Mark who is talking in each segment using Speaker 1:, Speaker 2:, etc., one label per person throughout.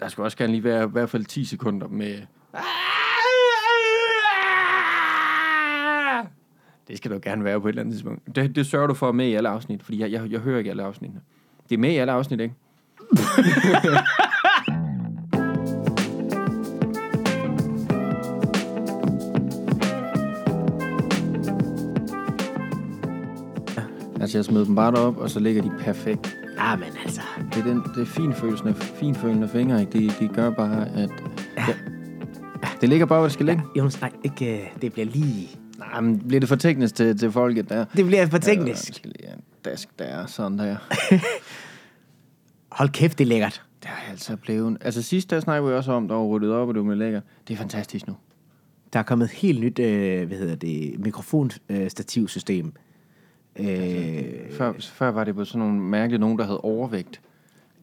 Speaker 1: der skulle også gerne lige være i hvert fald 10 sekunder med... Det skal du gerne være på et eller andet tidspunkt. Det, det sørger du for med i alle afsnit, fordi jeg, jeg, jeg hører ikke alle afsnittene. Det er med i alle afsnit, ikke? Altså, jeg smed dem bare op, og så ligger de perfekt.
Speaker 2: Ja, men altså.
Speaker 1: Det er, den, det er finfølelsende, finfølende fingre, ikke? De, de gør bare, at... Ja. Det ligger bare, hvor det skal ligge.
Speaker 2: Jonas, nej, ikke, øh, det bliver lige...
Speaker 1: Nej, men bliver det for teknisk til, til folket der?
Speaker 2: Det bliver for
Speaker 1: Ja,
Speaker 2: teknisk.
Speaker 1: vi skal lige have en dask der, sådan der.
Speaker 2: Hold kæft, det er lækkert.
Speaker 1: Det er altså blevet... Altså sidst, der snakkede vi også om, der var ryddet op, og det var med lækker. Det er fantastisk nu.
Speaker 2: Der er kommet et helt nyt, øh, hvad hedder det, mikrofonstativsystem. Øh,
Speaker 1: Før, før var det på sådan nogle mærkelige nogen, der havde overvægt.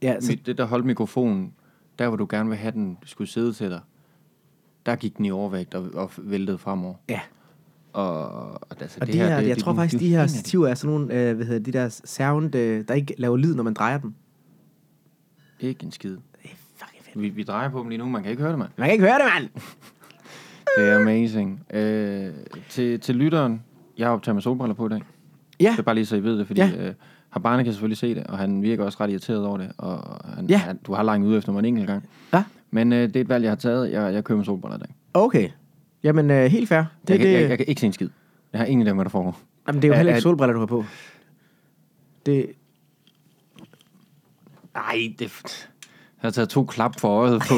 Speaker 2: ja, så,
Speaker 1: Altså, det, der holdt mikrofonen, der hvor du gerne vil have den skulle sidde til dig, der gik den i overvægt og, og væltede fremover.
Speaker 2: ja.
Speaker 1: Og, og, altså,
Speaker 2: Og det de her, jeg tror faktisk, de her stativer er sådan nogle, øh, hvad hedder de der sound, øh, der ikke laver lyd, når man drejer dem.
Speaker 1: Ikke en skid.
Speaker 2: Det er fucking fedt.
Speaker 1: Vi, vi drejer på dem lige nu, man kan ikke høre det, mand.
Speaker 2: Man kan ikke høre det, mand!
Speaker 1: Det er amazing. Øh, til, til lytteren, jeg har optaget med solbriller på i dag.
Speaker 2: Ja,
Speaker 1: Det er bare lige så I ved det, fordi
Speaker 2: Ja.
Speaker 1: ja. øh, Habane kan selvfølgelig se det, og han virker også ret irriteret over det, og han,
Speaker 2: Ja.
Speaker 1: ja. han, du har langt ud efter mig en enkelt gang.
Speaker 2: Ja.
Speaker 1: Men øh, det er et valg, jeg har taget. Jeg, jeg kører med solbriller i dag.
Speaker 2: okay. Jamen, øh, helt fair. Det,
Speaker 1: Jeg,
Speaker 2: det,
Speaker 1: kan,
Speaker 2: det,
Speaker 1: jeg, jeg kan ikke se en skid. Jeg har ingen af dem, hvad der foregår.
Speaker 2: jamen, det er jo
Speaker 1: er-
Speaker 2: heller ikke
Speaker 1: er-
Speaker 2: solbriller, du har på. Det,
Speaker 1: Nej, det... Jeg har taget to klap for øjet på.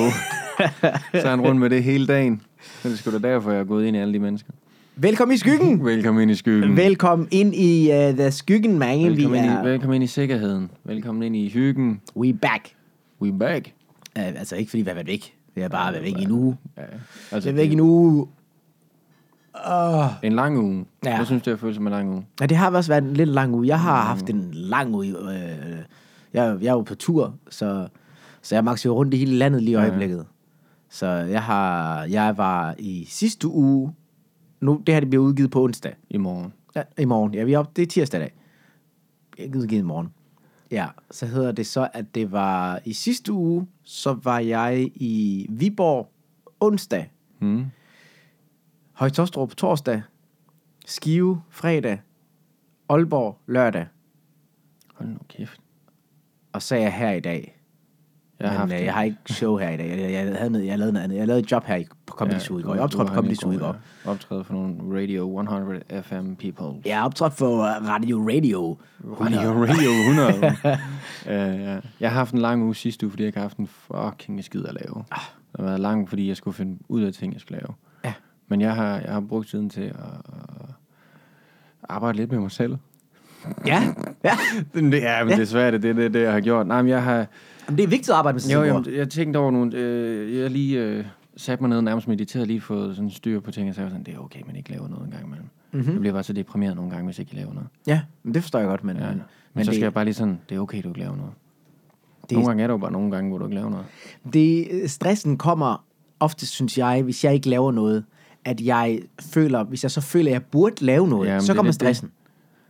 Speaker 1: så er han rundt med det hele dagen. Men det er sgu da derfor, jeg er gået ind i alle de mennesker.
Speaker 2: Velkommen i skyggen!
Speaker 1: Velkommen ind i
Speaker 2: Mm.
Speaker 1: skyggen.
Speaker 2: Velkommen ind i uh, The Skyggen, man.
Speaker 1: Velkommen,
Speaker 2: vi
Speaker 1: ind
Speaker 2: er,
Speaker 1: i, velkommen ind i sikkerheden. Velkommen ind i hyggen.
Speaker 2: We back.
Speaker 1: We back.
Speaker 2: Uh, altså ikke fordi vi har været væk. Vi har bare været væk i en uge.
Speaker 1: Ja,
Speaker 2: Vi
Speaker 1: altså,
Speaker 2: har været væk i en uge.
Speaker 1: en lang uge.
Speaker 2: Ja.
Speaker 1: Ja. Jeg synes, det har følt som en lang uge.
Speaker 2: Ja, det har også været en lidt lang uge. Jeg har haft en lang uge. Øh, jeg, jeg er jo på tur, så, så jeg makser jo rundt i hele landet lige i øjeblikket. Så jeg, har, jeg var i sidste uge. Nu, det her det bliver udgivet på onsdag.
Speaker 1: I morgen.
Speaker 2: Ja, I morgen. Ja, vi er op, det er tirsdag i dag. Jeg gider give i morgen. Ja, så hedder det så, at det var i sidste uge, så var jeg i Viborg onsdag,
Speaker 1: Hmm.
Speaker 2: Højtostrup torsdag, Skive fredag, Aalborg lørdag,
Speaker 1: Hold nu kæft.
Speaker 2: og så er jeg her i dag.
Speaker 1: Jeg har
Speaker 2: Jeg
Speaker 1: haft
Speaker 2: Men øh,
Speaker 1: det.
Speaker 2: jeg har ikke show her i dag. Jeg, jeg, havde noget, jeg lavede noget andet. Jeg lavede et job her i, på Comedy ja, Zoo i går. Jeg
Speaker 1: du-
Speaker 2: optrådte
Speaker 1: du
Speaker 2: på
Speaker 1: har
Speaker 2: Comedy
Speaker 1: en
Speaker 2: Zoo i
Speaker 1: god,
Speaker 2: går.
Speaker 1: ja. Optræde for nogle Radio 100 FM people.
Speaker 2: Jeg optrådte for øh, Radio Radio.
Speaker 1: Radio, Radio 100. uh, ja. Jeg har haft en lang uge sidste uge, fordi jeg ikke har haft en fucking skid at lave. Ah. Det har været lang, fordi jeg skulle finde ud af ting, jeg skulle lave.
Speaker 2: Ja.
Speaker 1: Men jeg har, jeg har brugt tiden til at, at arbejde lidt med mig selv.
Speaker 2: Ja, ja.
Speaker 1: Men Det, ja, men det er svært, det er det, det, jeg har gjort. Nej, men jeg har,
Speaker 2: Jamen, det er vigtigt at arbejde med sig
Speaker 1: Jo,
Speaker 2: selv.
Speaker 1: jo,
Speaker 2: bror.
Speaker 1: jeg tænkte over nogle... Øh, jeg har lige øh, sat mig ned og nærmest mediteret, lige fået sådan styr på ting, og så var jeg sådan, det er okay, man ikke laver noget en gang imellem. Mm-hmm. Jeg bliver bare så deprimeret nogle gange, hvis ikke jeg laver noget.
Speaker 2: Ja, men det forstår jeg godt, men...
Speaker 1: Ja. Men,
Speaker 2: men
Speaker 1: men så
Speaker 2: det-
Speaker 1: skal jeg bare lige sådan, det er okay, du ikke laver noget.
Speaker 2: Det-
Speaker 1: Det... Nogle gange er der jo bare nogle gange, hvor du ikke laver noget.
Speaker 2: Det, stressen kommer ofte, synes jeg, hvis jeg ikke laver noget, at jeg føler, hvis jeg så føler, at jeg burde lave noget,
Speaker 1: Ja,
Speaker 2: ja,
Speaker 1: men
Speaker 2: så
Speaker 1: det er
Speaker 2: kommer
Speaker 1: lidt
Speaker 2: stressen.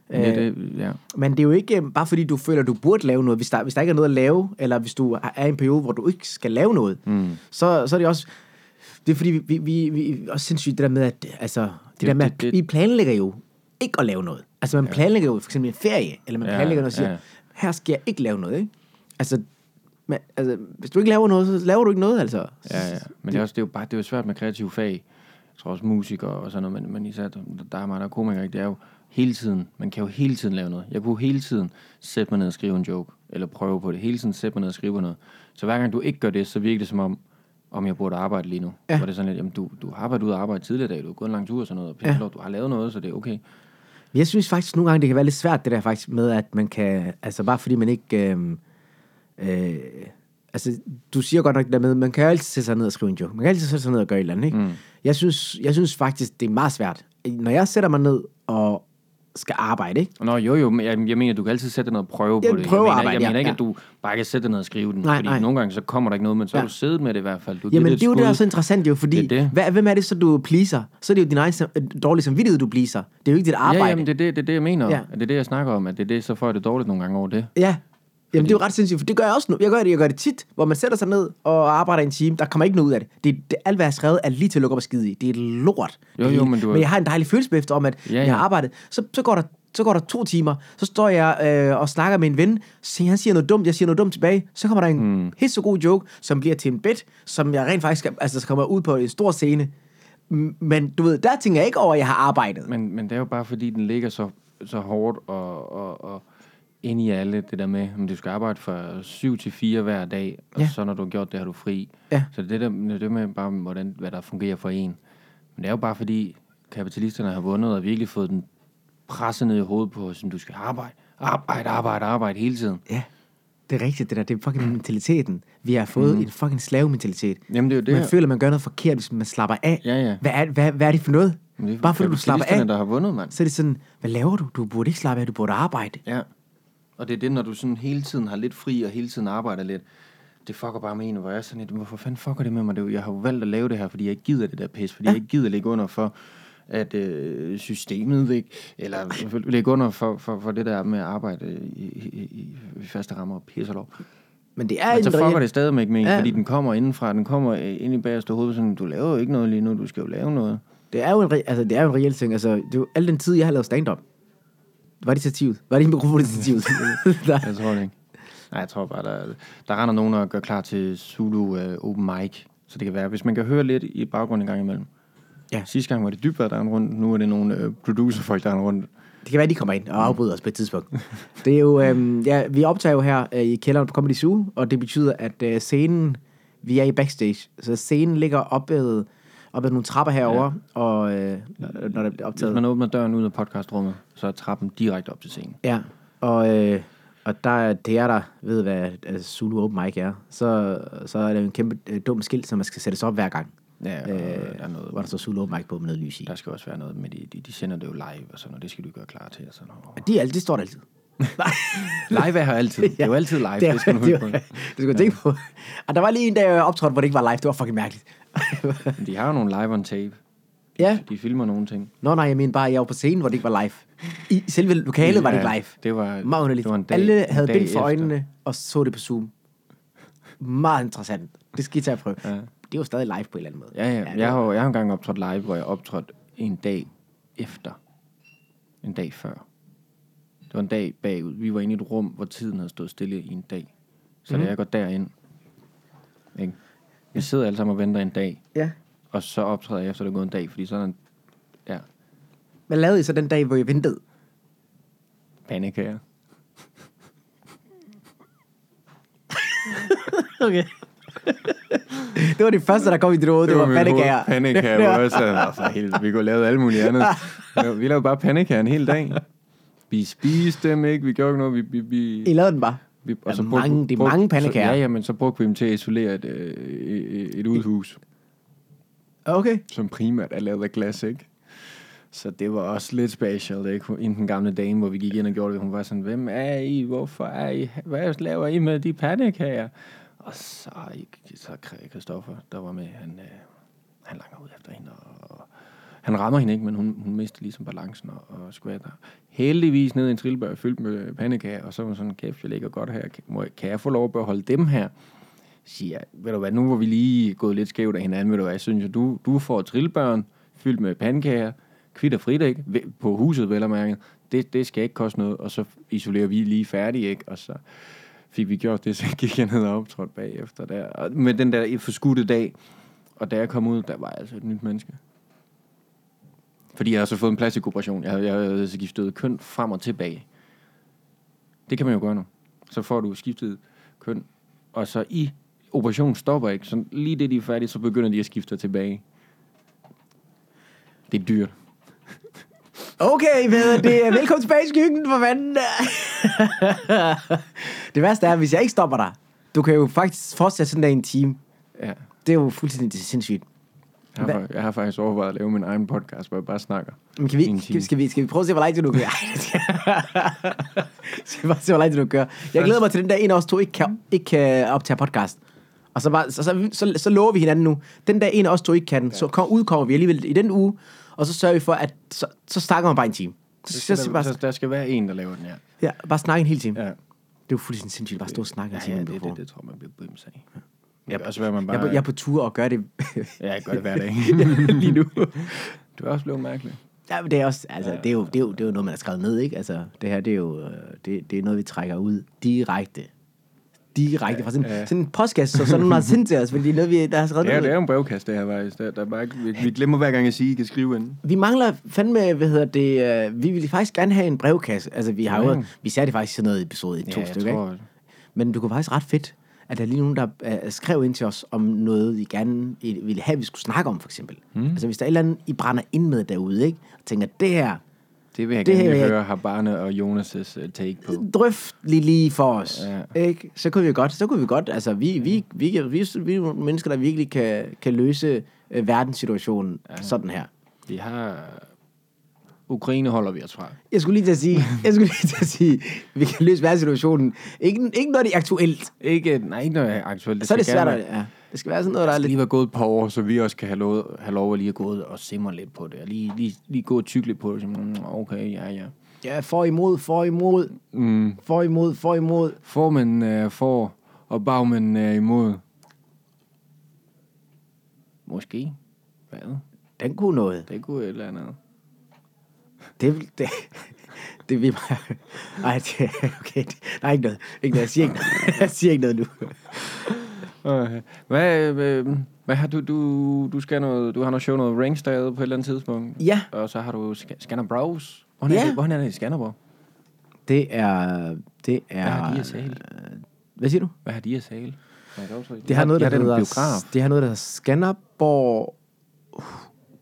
Speaker 1: Øh... Ja, det, ja.
Speaker 2: Det. Men det er jo ikke øhm, bare fordi, du føler, at du burde lave noget. Hvis der, hvis der ikke er noget at lave, eller hvis du er i en periode, hvor du ikke skal lave noget, mm. så, så er det også... Det er fordi, vi, vi, vi også sindssygt det der med, at, altså, det, det
Speaker 1: Det-
Speaker 2: der med,
Speaker 1: det-
Speaker 2: at
Speaker 1: det-
Speaker 2: I planlægger jo ikke at lave noget. Altså man ja. planlægger jo for eksempel en ferie, eller man
Speaker 1: Ja,
Speaker 2: planlægger noget og siger,
Speaker 1: ja.
Speaker 2: her skal jeg ikke lave noget, ikke? Altså, man, altså, hvis du ikke laver noget, så laver du ikke noget, altså.
Speaker 1: Ja, ja. Men det er, også, det er jo bare det er jo svært med kreative fag. Jeg tror også musikere og sådan noget, men, men især der der er mange, der er komikere, ikke? det er jo hele tiden, man kan jo hele tiden lave noget. Jeg kunne hele tiden sætte mig ned og skrive en joke, eller prøve på det. Hele tiden sætte mig ned og skrive noget. Så hver gang du ikke gør det, så virker det som om, om jeg burde arbejde lige nu.
Speaker 2: Ja.
Speaker 1: Hvor det er sådan lidt, jamen du, du har været ude og arbejde tidligere i dag, du har gået en lang tur og sådan noget, og pisse lort, du har lavet noget, så det er okay.
Speaker 2: Men Jeg synes faktisk nogle gange, det kan være lidt svært, det der faktisk med, at man kan, altså bare fordi man ikke, øhm, øh, altså du siger godt nok det der med, man kan jo altid sætte sig ned og skrive en joke, man kan altid sætte sig ned og gøre et eller andet, ikke? Mm. Jeg, synes, jeg synes faktisk, det er meget svært. Når jeg sætter mig ned og skal arbejde, ikke?
Speaker 1: Nå jo jo, men jeg, jeg mener, du kan altid sætte dig ned og prøve
Speaker 2: Ja,
Speaker 1: på det.
Speaker 2: prøve
Speaker 1: jeg
Speaker 2: at
Speaker 1: mener,
Speaker 2: arbejde,
Speaker 1: jeg
Speaker 2: ja,
Speaker 1: mener ikke,
Speaker 2: ja.
Speaker 1: at du bare kan sætte dig ned og skrive den,
Speaker 2: Nej,
Speaker 1: fordi
Speaker 2: nej.
Speaker 1: nogle gange så kommer der ikke noget, men så
Speaker 2: Ja.
Speaker 1: har du siddet med det i hvert fald. Du giver
Speaker 2: Jamen,
Speaker 1: et
Speaker 2: det er jo det,
Speaker 1: skud.
Speaker 2: altså, der er så interessant jo, fordi
Speaker 1: Det er det.
Speaker 2: Hvad, hvem er det så, du pleaser? Så er det jo din egen sam- øh, dårlige samvittighed, du pleaser. Det er jo ikke dit arbejde.
Speaker 1: Ja, jamen, det er det, det, er det jeg mener.
Speaker 2: Ja.
Speaker 1: Ja. Det er det, jeg snakker om, at det er det, så får jeg det dårligt nogle gange over det.
Speaker 2: Ja, Jamen, det er jo ret sindssygt, for det gør jeg også nu. Jeg gør det, jeg gør det tit, hvor man sætter sig ned og arbejder en time. Der kommer ikke noget ud af det. det, det alt, hvad jeg har skrevet, er lige til at lukke op og skide i. Det er lort.
Speaker 1: Jo,
Speaker 2: Det
Speaker 1: jo,
Speaker 2: hele.
Speaker 1: men du er-
Speaker 2: men jeg har en dejlig følelse efter om, at
Speaker 1: Ja,
Speaker 2: ja, ja. jeg
Speaker 1: ja.
Speaker 2: har arbejdet. Så, så, går der, så går der to timer. Så står jeg øh, og snakker med en ven. Så han siger noget dumt, jeg siger noget dumt tilbage. Så kommer der en mm. helt så god joke, som bliver til en bit, som jeg rent faktisk altså, så kommer jeg ud på en stor scene. M- Men du ved, der tænker jeg ikke over, at jeg har arbejdet.
Speaker 1: Men, men det er jo bare, fordi den ligger så, så hårdt og, og, og ind i alle det der med, om du skal arbejde fra 7 til 4 hver dag, og
Speaker 2: Ja.
Speaker 1: ja. så når du har gjort det, har du fri.
Speaker 2: Ja.
Speaker 1: Så det der det er det med, bare, hvordan, hvad der fungerer for en. Men det er jo bare, fordi kapitalisterne har vundet og virkelig fået den presset ned i hovedet på, som du skal arbejde, arbejde, arbejde, arbejde hele tiden.
Speaker 2: Ja, det er rigtigt, det der. Det er fucking mentaliteten. Vi har fået mm. en fucking slavementalitet.
Speaker 1: Mhm. Jamen, det er jo det
Speaker 2: Man
Speaker 1: her.
Speaker 2: føler, man gør noget forkert, hvis man slapper af.
Speaker 1: Ja, ja.
Speaker 2: Hvad er, hvad, hvad er det for noget?
Speaker 1: Men det er
Speaker 2: Bare fordi du slapper af,
Speaker 1: kapitalisterne, der har vundet, mand.
Speaker 2: så er det sådan, hvad laver du? Du burde ikke slappe af, du burde arbejde.
Speaker 1: Ja. Og det er det, når du sådan hele tiden har lidt fri og hele tiden arbejder lidt. Det fucker bare med en, hvor jeg er sådan lidt, hvorfor fanden fucker det med mig? Det er jo, jeg har jo valgt at lave det her, fordi jeg ikke gider det der pis, fordi ja. jeg ikke gider ligge under for, at øh, systemet ikke, eller ligge under for, for, for det der med at arbejde i, i, i, i faste rammer og pis og lov.
Speaker 2: Men det er
Speaker 1: Men så
Speaker 2: en reel-
Speaker 1: fucker det stadig med ikke
Speaker 2: Ja.
Speaker 1: ja. fordi den kommer indenfra, den kommer øh, ind i bagerste hovedet, sådan, du laver jo ikke noget lige nu, du skal jo lave noget.
Speaker 2: Det er jo en, re- altså, det er jo en reel ting. Altså, det er jo, al den tid, jeg har lavet stand-up, var det stativet? Var det mikrofonstativet? Der-
Speaker 1: Jeg tror det ikke. Nej, jeg tror bare, der, der render nogen og gør klar til Zulu øh, Open Mic. Så det kan være, hvis man kan høre lidt i baggrunden en gang imellem.
Speaker 2: Ja.
Speaker 1: Sidste gang var det dybere, der rendte rundt. Nu er det nogle øh, producerfolk, der rendte rundt.
Speaker 2: det kan være, de kommer ind og afbryder os på et tidspunkt. Det er jo, øhm, ja, vi optager jo her øh, i kælderen på Comedy Zoo, og det betyder, at øh, scenen, vi er i backstage, så scenen ligger op ad, op ad nogle trapper herover, ja. og øh, når, når det bliver
Speaker 1: Hvis
Speaker 2: optaget.
Speaker 1: man åbner døren ud af podcastrummet, så er trappen direkte op til scenen.
Speaker 2: Ja, og, øh, og der er det er der ved, hvad altså, Zulu Open Mic er. Så, så er det jo en kæmpe øh, dum skilt, som man skal sættes op hver gang.
Speaker 1: Ja, og
Speaker 2: øh,
Speaker 1: der er noget-
Speaker 2: Hvor der står Zulu Open Mic på med noget lys i.
Speaker 1: Der skal også være noget med, de, de, de sender det jo live og sådan noget. Det skal du gøre klar til. Og sådan noget.
Speaker 2: De, er alt- det står der altid.
Speaker 1: Live er her altid. Det er jo altid live.
Speaker 2: er-
Speaker 1: Det, skal man
Speaker 2: det,
Speaker 1: huske
Speaker 2: er-
Speaker 1: på.
Speaker 2: det skal man tænke på. Og der var lige en dag, jeg optrådte, hvor det ikke var live. Det var fucking mærkeligt.
Speaker 1: Men De har jo nogle live on tape.
Speaker 2: ja.
Speaker 1: De filmer nogle ting.
Speaker 2: Nå nej, jeg mener bare, jeg var på scenen, hvor det ikke var live. I selve lokalet ja, var det ikke
Speaker 1: Ja,
Speaker 2: live.
Speaker 1: det var-
Speaker 2: meget underligt.
Speaker 1: det var en dag-
Speaker 2: Alle
Speaker 1: en
Speaker 2: havde
Speaker 1: dag
Speaker 2: bind for
Speaker 1: efter.
Speaker 2: øjnene og så det på Zoom. Meget interessant. Det skal I tage at prøve. Ja.
Speaker 1: Ja.
Speaker 2: Det var stadig live på en eller anden måde.
Speaker 1: Ja, ja.
Speaker 2: det
Speaker 1: Jeg
Speaker 2: var-
Speaker 1: har, jo- jeg har engang optrådt live, hvor jeg optrådte en dag efter. En dag før. Det var en dag bagud. Vi var inde i et rum, hvor tiden havde stået stille i en dag. Så mm. da jeg går derind, ikke? vi sidder alle sammen og venter en dag,
Speaker 2: ja.
Speaker 1: og så optræder jeg efter, der er gået en dag, fordi sådan er en ja,
Speaker 2: Hvad lavede I så den dag, hvor I ventede?
Speaker 1: panik her.
Speaker 2: Okay. det var det første, der kom i dit hoved. Det, var pandekager.
Speaker 1: Panik her også. Altså, helt, vi kunne lave alt muligt andet. Vi lavede bare panik her en hel dag. Vi spiste dem ikke, vi gjorde ikke noget. Vi, vi, vi...
Speaker 2: I lavede den bare.
Speaker 1: Vi, altså,
Speaker 2: Ja, mange- det er mange pandekager.
Speaker 1: Så, ja, ja, men så brugte vi dem til at isolere et, øh, et, et udhus,
Speaker 2: Okay.
Speaker 1: som primært er lavet af glas, ikke? Så det var også lidt special, ikke? Inden den gamle dame, hvor vi gik ind og gjorde det, hun var sådan, hvem er I? Hvorfor er I? Hvad laver I med de pandekager? Og så, så Christoffer, der var med, han, øh, han langer ud efter hende, og han rammer hende ikke, men hun, hun mister ligesom balancen og, og skvatter. Heldigvis ned i en trillebør fyldt med pandekager, og så var hun sådan, kæft, jeg ligger godt her. Kan- Må, jeg- kan jeg få lov at beholde dem her? siger, jeg, ved du hvad, nu hvor vi lige er gået lidt skævt af hinanden, ved du hvad, jeg synes, at du, du får trillebørn fyldt med pandekager, kvitt og frit, ikke? Ved- På huset, vel og mærket. Det, det skal ikke koste noget, og så isolerer vi lige færdig, ikke? Og så fik vi gjort det, så gik jeg ned og optrådte bagefter der. Og med den der forskudte dag, og da jeg kom ud, der var jeg altså et nyt menneske. Fordi jeg har så fået en plastikoperation. Jeg havde, jeg havde altså skiftet køn frem og tilbage. Det kan man jo gøre nu. Så får du skiftet køn, og så i operationen stopper ikke. Så lige det, de er færdige, så begynder de at skifte tilbage. Det er dyrt.
Speaker 2: Okay, hvad det? er- Velkommen tilbage i skyggen, for fanden. det værste er, hvis jeg ikke stopper dig, du kan jo faktisk fortsætte sådan der i en time.
Speaker 1: Ja.
Speaker 2: Det er jo fuldstændig sindssygt.
Speaker 1: Jeg har, fa- jeg har faktisk overvejet at lave min egen podcast, hvor jeg bare snakker.
Speaker 2: Men kan vi,
Speaker 1: i en
Speaker 2: skal, vi-
Speaker 1: time.
Speaker 2: skal, vi, skal vi prøve at se, hvor langt du kører? Ej, det skal- skal vi bare se, hvor langt du kører. Jeg glæder mig til den dag, en af os to ikke kan, ikke kan optage podcast. Og så, bare, så, så, så, så lover vi hinanden nu. Den dag, en af os to ikke kan, så kom, udkommer vi alligevel i den uge. Og så sørger vi for, at så, så snakker man bare en time. Så, så, så,
Speaker 1: Så
Speaker 2: bare,
Speaker 1: der, der skal være en, der laver den her.
Speaker 2: ja, bare snakke en hel time.
Speaker 1: Ja.
Speaker 2: Det er jo fuldstændig sindssygt at bare stå og snakke
Speaker 1: Ja,
Speaker 2: og sige,
Speaker 1: ja,
Speaker 2: man
Speaker 1: det,
Speaker 2: bliver
Speaker 1: det, det tror jeg, man bliver brims af.
Speaker 2: Jeg-
Speaker 1: Jeg kan også være, man
Speaker 2: Jeg, er
Speaker 1: bare...
Speaker 2: på- jeg er på tur og gør det
Speaker 1: ja, jeg gør det hver dag.
Speaker 2: lige nu.
Speaker 1: du er også blevet mærkelig.
Speaker 2: ja, men det er også, altså, det er, jo, det, er jo, det er jo noget, man har skrevet ned, ikke? Altså, det her, det er jo øh, det, det er noget, vi trækker ud direkte. Direkte fra sådan,
Speaker 1: Ja, ja.
Speaker 2: sådan en postkasse, så sådan nogen har sendt til os, fordi det er noget, vi, der har skrevet
Speaker 1: Ja,
Speaker 2: ned.
Speaker 1: det er jo en brevkast, det her, faktisk. Der, der er bare ikke, vi, vi glemmer hver gang, jeg siger, I kan skrive ind.
Speaker 2: Vi mangler fandme, hvad hedder det, øh, vi ville faktisk gerne have en brevkasse. Altså, vi har jo,
Speaker 1: Ja.
Speaker 2: vi sagde det faktisk i sådan noget i episode 1, ja, to stykker, ikke?
Speaker 1: ikke?
Speaker 2: Men det kunne faktisk ret fedt, at der er lige nogen, der øh, skrev ind til os om noget, I gerne I ville have, vi skulle snakke om, for eksempel. Mm. Altså, hvis der er et eller andet, I brænder ind med derude, ikke? Og tænker, det her,
Speaker 1: Det vil jeg
Speaker 2: Det
Speaker 1: det gerne
Speaker 2: her-
Speaker 1: lige høre, har Barne og Jonas' øh, take på.
Speaker 2: drøft lige, lige for os, ja.
Speaker 1: Ja.
Speaker 2: ikke? Så kunne vi godt, så kunne vi godt, altså, vi, vi, vi, vi, vi, vi er nogle mennesker, der virkelig kan, kan løse øh, verdenssituationen ja. sådan her.
Speaker 1: Vi har... Ukraine holder vi os fra.
Speaker 2: Jeg skulle lige til at sige, jeg skulle lige til at sige, vi kan løse verdenssituationen. Ikke, ikke når det er aktuelt.
Speaker 1: Ikke, nej, ikke noget aktuelt.
Speaker 2: Så er det
Speaker 1: skal
Speaker 2: svært
Speaker 1: gerne
Speaker 2: at, ja. Det skal være sådan noget, der er
Speaker 1: være-
Speaker 2: lidt...
Speaker 1: lige være gået et par år, så vi også kan have lov, have lov at lige at gå ud og simre lidt på det. Og lige, lige, lige gå og tygge lidt på det. Så, mm, okay, ja, ja.
Speaker 2: Ja, for imod, for imod,
Speaker 1: Mm.
Speaker 2: for imod, for imod.
Speaker 1: Formanden er for, og bagmanden er imod. Måske. Hvad?
Speaker 2: Den kunne noget.
Speaker 1: Det kunne et eller andet.
Speaker 2: Det vil... Det, det vil bare... Ej, det, okay. Det, nej, ikke noget. Ikke noget. Jeg siger ikke, noget. jeg siger ikke noget nu.
Speaker 1: Okay. Hvad, øh, hvad har du, du, du skal noget, du har noget show, noget Rankstyle på et eller andet tidspunkt.
Speaker 2: Ja.
Speaker 1: Og så har du Sca- Scanner Bros. Hvordan er,
Speaker 2: Ja.
Speaker 1: det, hvordan er det i Skanderborg?
Speaker 2: Det er... Det er... Øh,
Speaker 1: Hvad har de at sale?
Speaker 2: Hvad siger du?
Speaker 1: Hvad har de at sale? Må jeg godt trykke?
Speaker 2: Det har noget, der
Speaker 1: Ja, den
Speaker 2: hedder...
Speaker 1: biograf.
Speaker 2: Det har noget, der hedder Skanderborg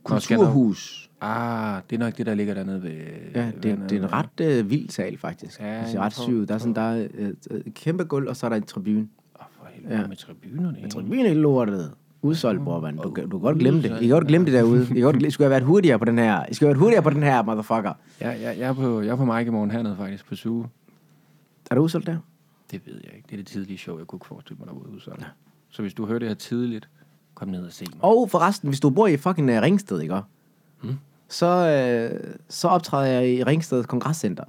Speaker 1: Nå, Skanderborg.
Speaker 2: Kulturhus.
Speaker 1: Ah, det er nok det, der ligger dernede ved...
Speaker 2: Ja,
Speaker 1: ved
Speaker 2: det, er-
Speaker 1: vandet.
Speaker 2: det er en ret øh, vild sal, faktisk.
Speaker 1: Ja,
Speaker 2: Ja, det er
Speaker 1: jeg
Speaker 2: ret
Speaker 1: tror-
Speaker 2: syg. Der er sådan, der er øh, et kæmpe gulv, og så er der en tribune.
Speaker 1: Åh, for helvede,
Speaker 2: Ja.
Speaker 1: ja. med tribunerne. egentlig.
Speaker 2: Tribune er lortet.
Speaker 1: Mm.
Speaker 2: Udsolgt, bror, mand. Du, kan- du kan godt glemme det. I kan godt glemme det derude. I kan godt glemme, I skulle have været hurtigere på den her. I skulle have været hurtigere på den her, motherfucker.
Speaker 1: Jeg, jeg, jeg, er på, jeg er på Mike i morgen hernede faktisk, på suge.
Speaker 2: Er du udsolgt der?
Speaker 1: Det ved jeg ikke. Det er det tidlige show, jeg kunne ikke forestille mig, der var udsolgt. Ja. Så hvis du hører det her tidligt, kom ned og se mig.
Speaker 2: Og forresten, hvis du bor i fucking uh, Ringsted, ikke? Mm. Så, øh, så optræder jeg i Ringsted Kongresscenter.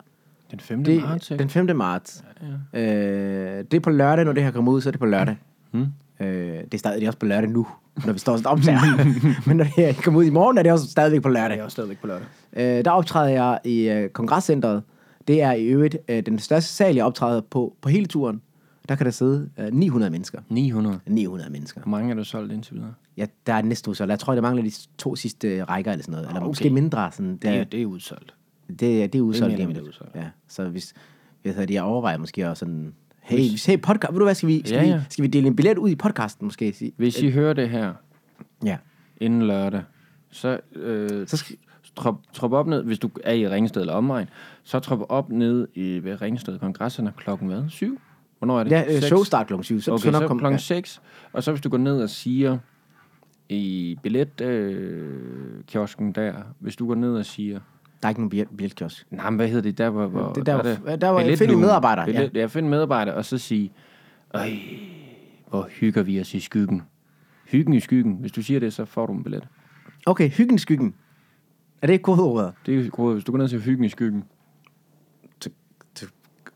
Speaker 1: Den 5.
Speaker 2: Det,
Speaker 1: marts, ikke?
Speaker 2: den 5. marts. Ja, ja. Øh, det er på lørdag, når det her kommer ud, så er det på lørdag. Mm. Øh, det er stadig det er også på lørdag nu, når vi står og optager. Men når det her kommer ud i morgen, er det også stadigvæk på lørdag.
Speaker 1: Jeg er også stadigvæk på lørdag.
Speaker 2: Øh, der optræder jeg i øh, kongresscenteret. Det er i øvrigt øh, den største sal, jeg optræder på på hele turen. Der kan der sidde øh, 900 mennesker.
Speaker 1: 900.
Speaker 2: 900 mennesker.
Speaker 1: Hvor mange er du solgt indtil videre?
Speaker 2: Ja, der er næste udsolgt. Jeg tror, det mangler de to sidste øh, rækker eller sådan noget. Eller okay.
Speaker 1: Okay.
Speaker 2: måske mindre. Sådan, det,
Speaker 1: Ja,
Speaker 2: det,
Speaker 1: det er udsolgt.
Speaker 2: det, er- det er udsolgt.
Speaker 1: mere
Speaker 2: lige om
Speaker 1: eller
Speaker 2: lidt.
Speaker 1: mindre udsolgt.
Speaker 2: Ja, så hvis, jeg, hedder det, jeg overvejer måske også sådan... Hey, hvis, hey podcast, ved du hvad, skal vi, skal,
Speaker 1: Ja,
Speaker 2: ja, ja. Vi,
Speaker 1: ja.
Speaker 2: skal vi dele en billet ud i podcasten måske? Sige-
Speaker 1: Hvis I hører det her
Speaker 2: Ja.
Speaker 1: inden lørdag, så, øh,
Speaker 2: Så
Speaker 1: så
Speaker 2: skal-
Speaker 1: skal... trop, trop op ned, hvis du er i Ringsted eller omegn, så trop op ned i, ved Ringsted Kongresserne klokken hvad? 7? Hvornår er det?
Speaker 2: Ja, øh,
Speaker 1: Seks?
Speaker 2: show start klokken 7. Så,
Speaker 1: Okay, så,
Speaker 2: nok
Speaker 1: så
Speaker 2: komme-
Speaker 1: klokken
Speaker 2: ja.
Speaker 1: 6, og så hvis du går ned og siger i billetkiosken øh, kiosken der, hvis du går ned og siger,
Speaker 2: Der er ikke nogen billet, billetkiosk.
Speaker 1: nej, men hvad hedder det, der hvor, hvor
Speaker 2: Det er der,
Speaker 1: hvad
Speaker 2: hvor- der, hvor- find en
Speaker 1: Billetlugen.
Speaker 2: medarbejder, ja.
Speaker 1: Billet, ja. find en medarbejder, og så sige, øj, hvor hygger vi os i skyggen. Hyggen i skyggen. Hvis du siger det, så får du en billet.
Speaker 2: Okay, hyggen i skyggen. Er det ikke kodeordet?
Speaker 1: Det er kodet. Hvis du går ned og siger hyggen i skyggen,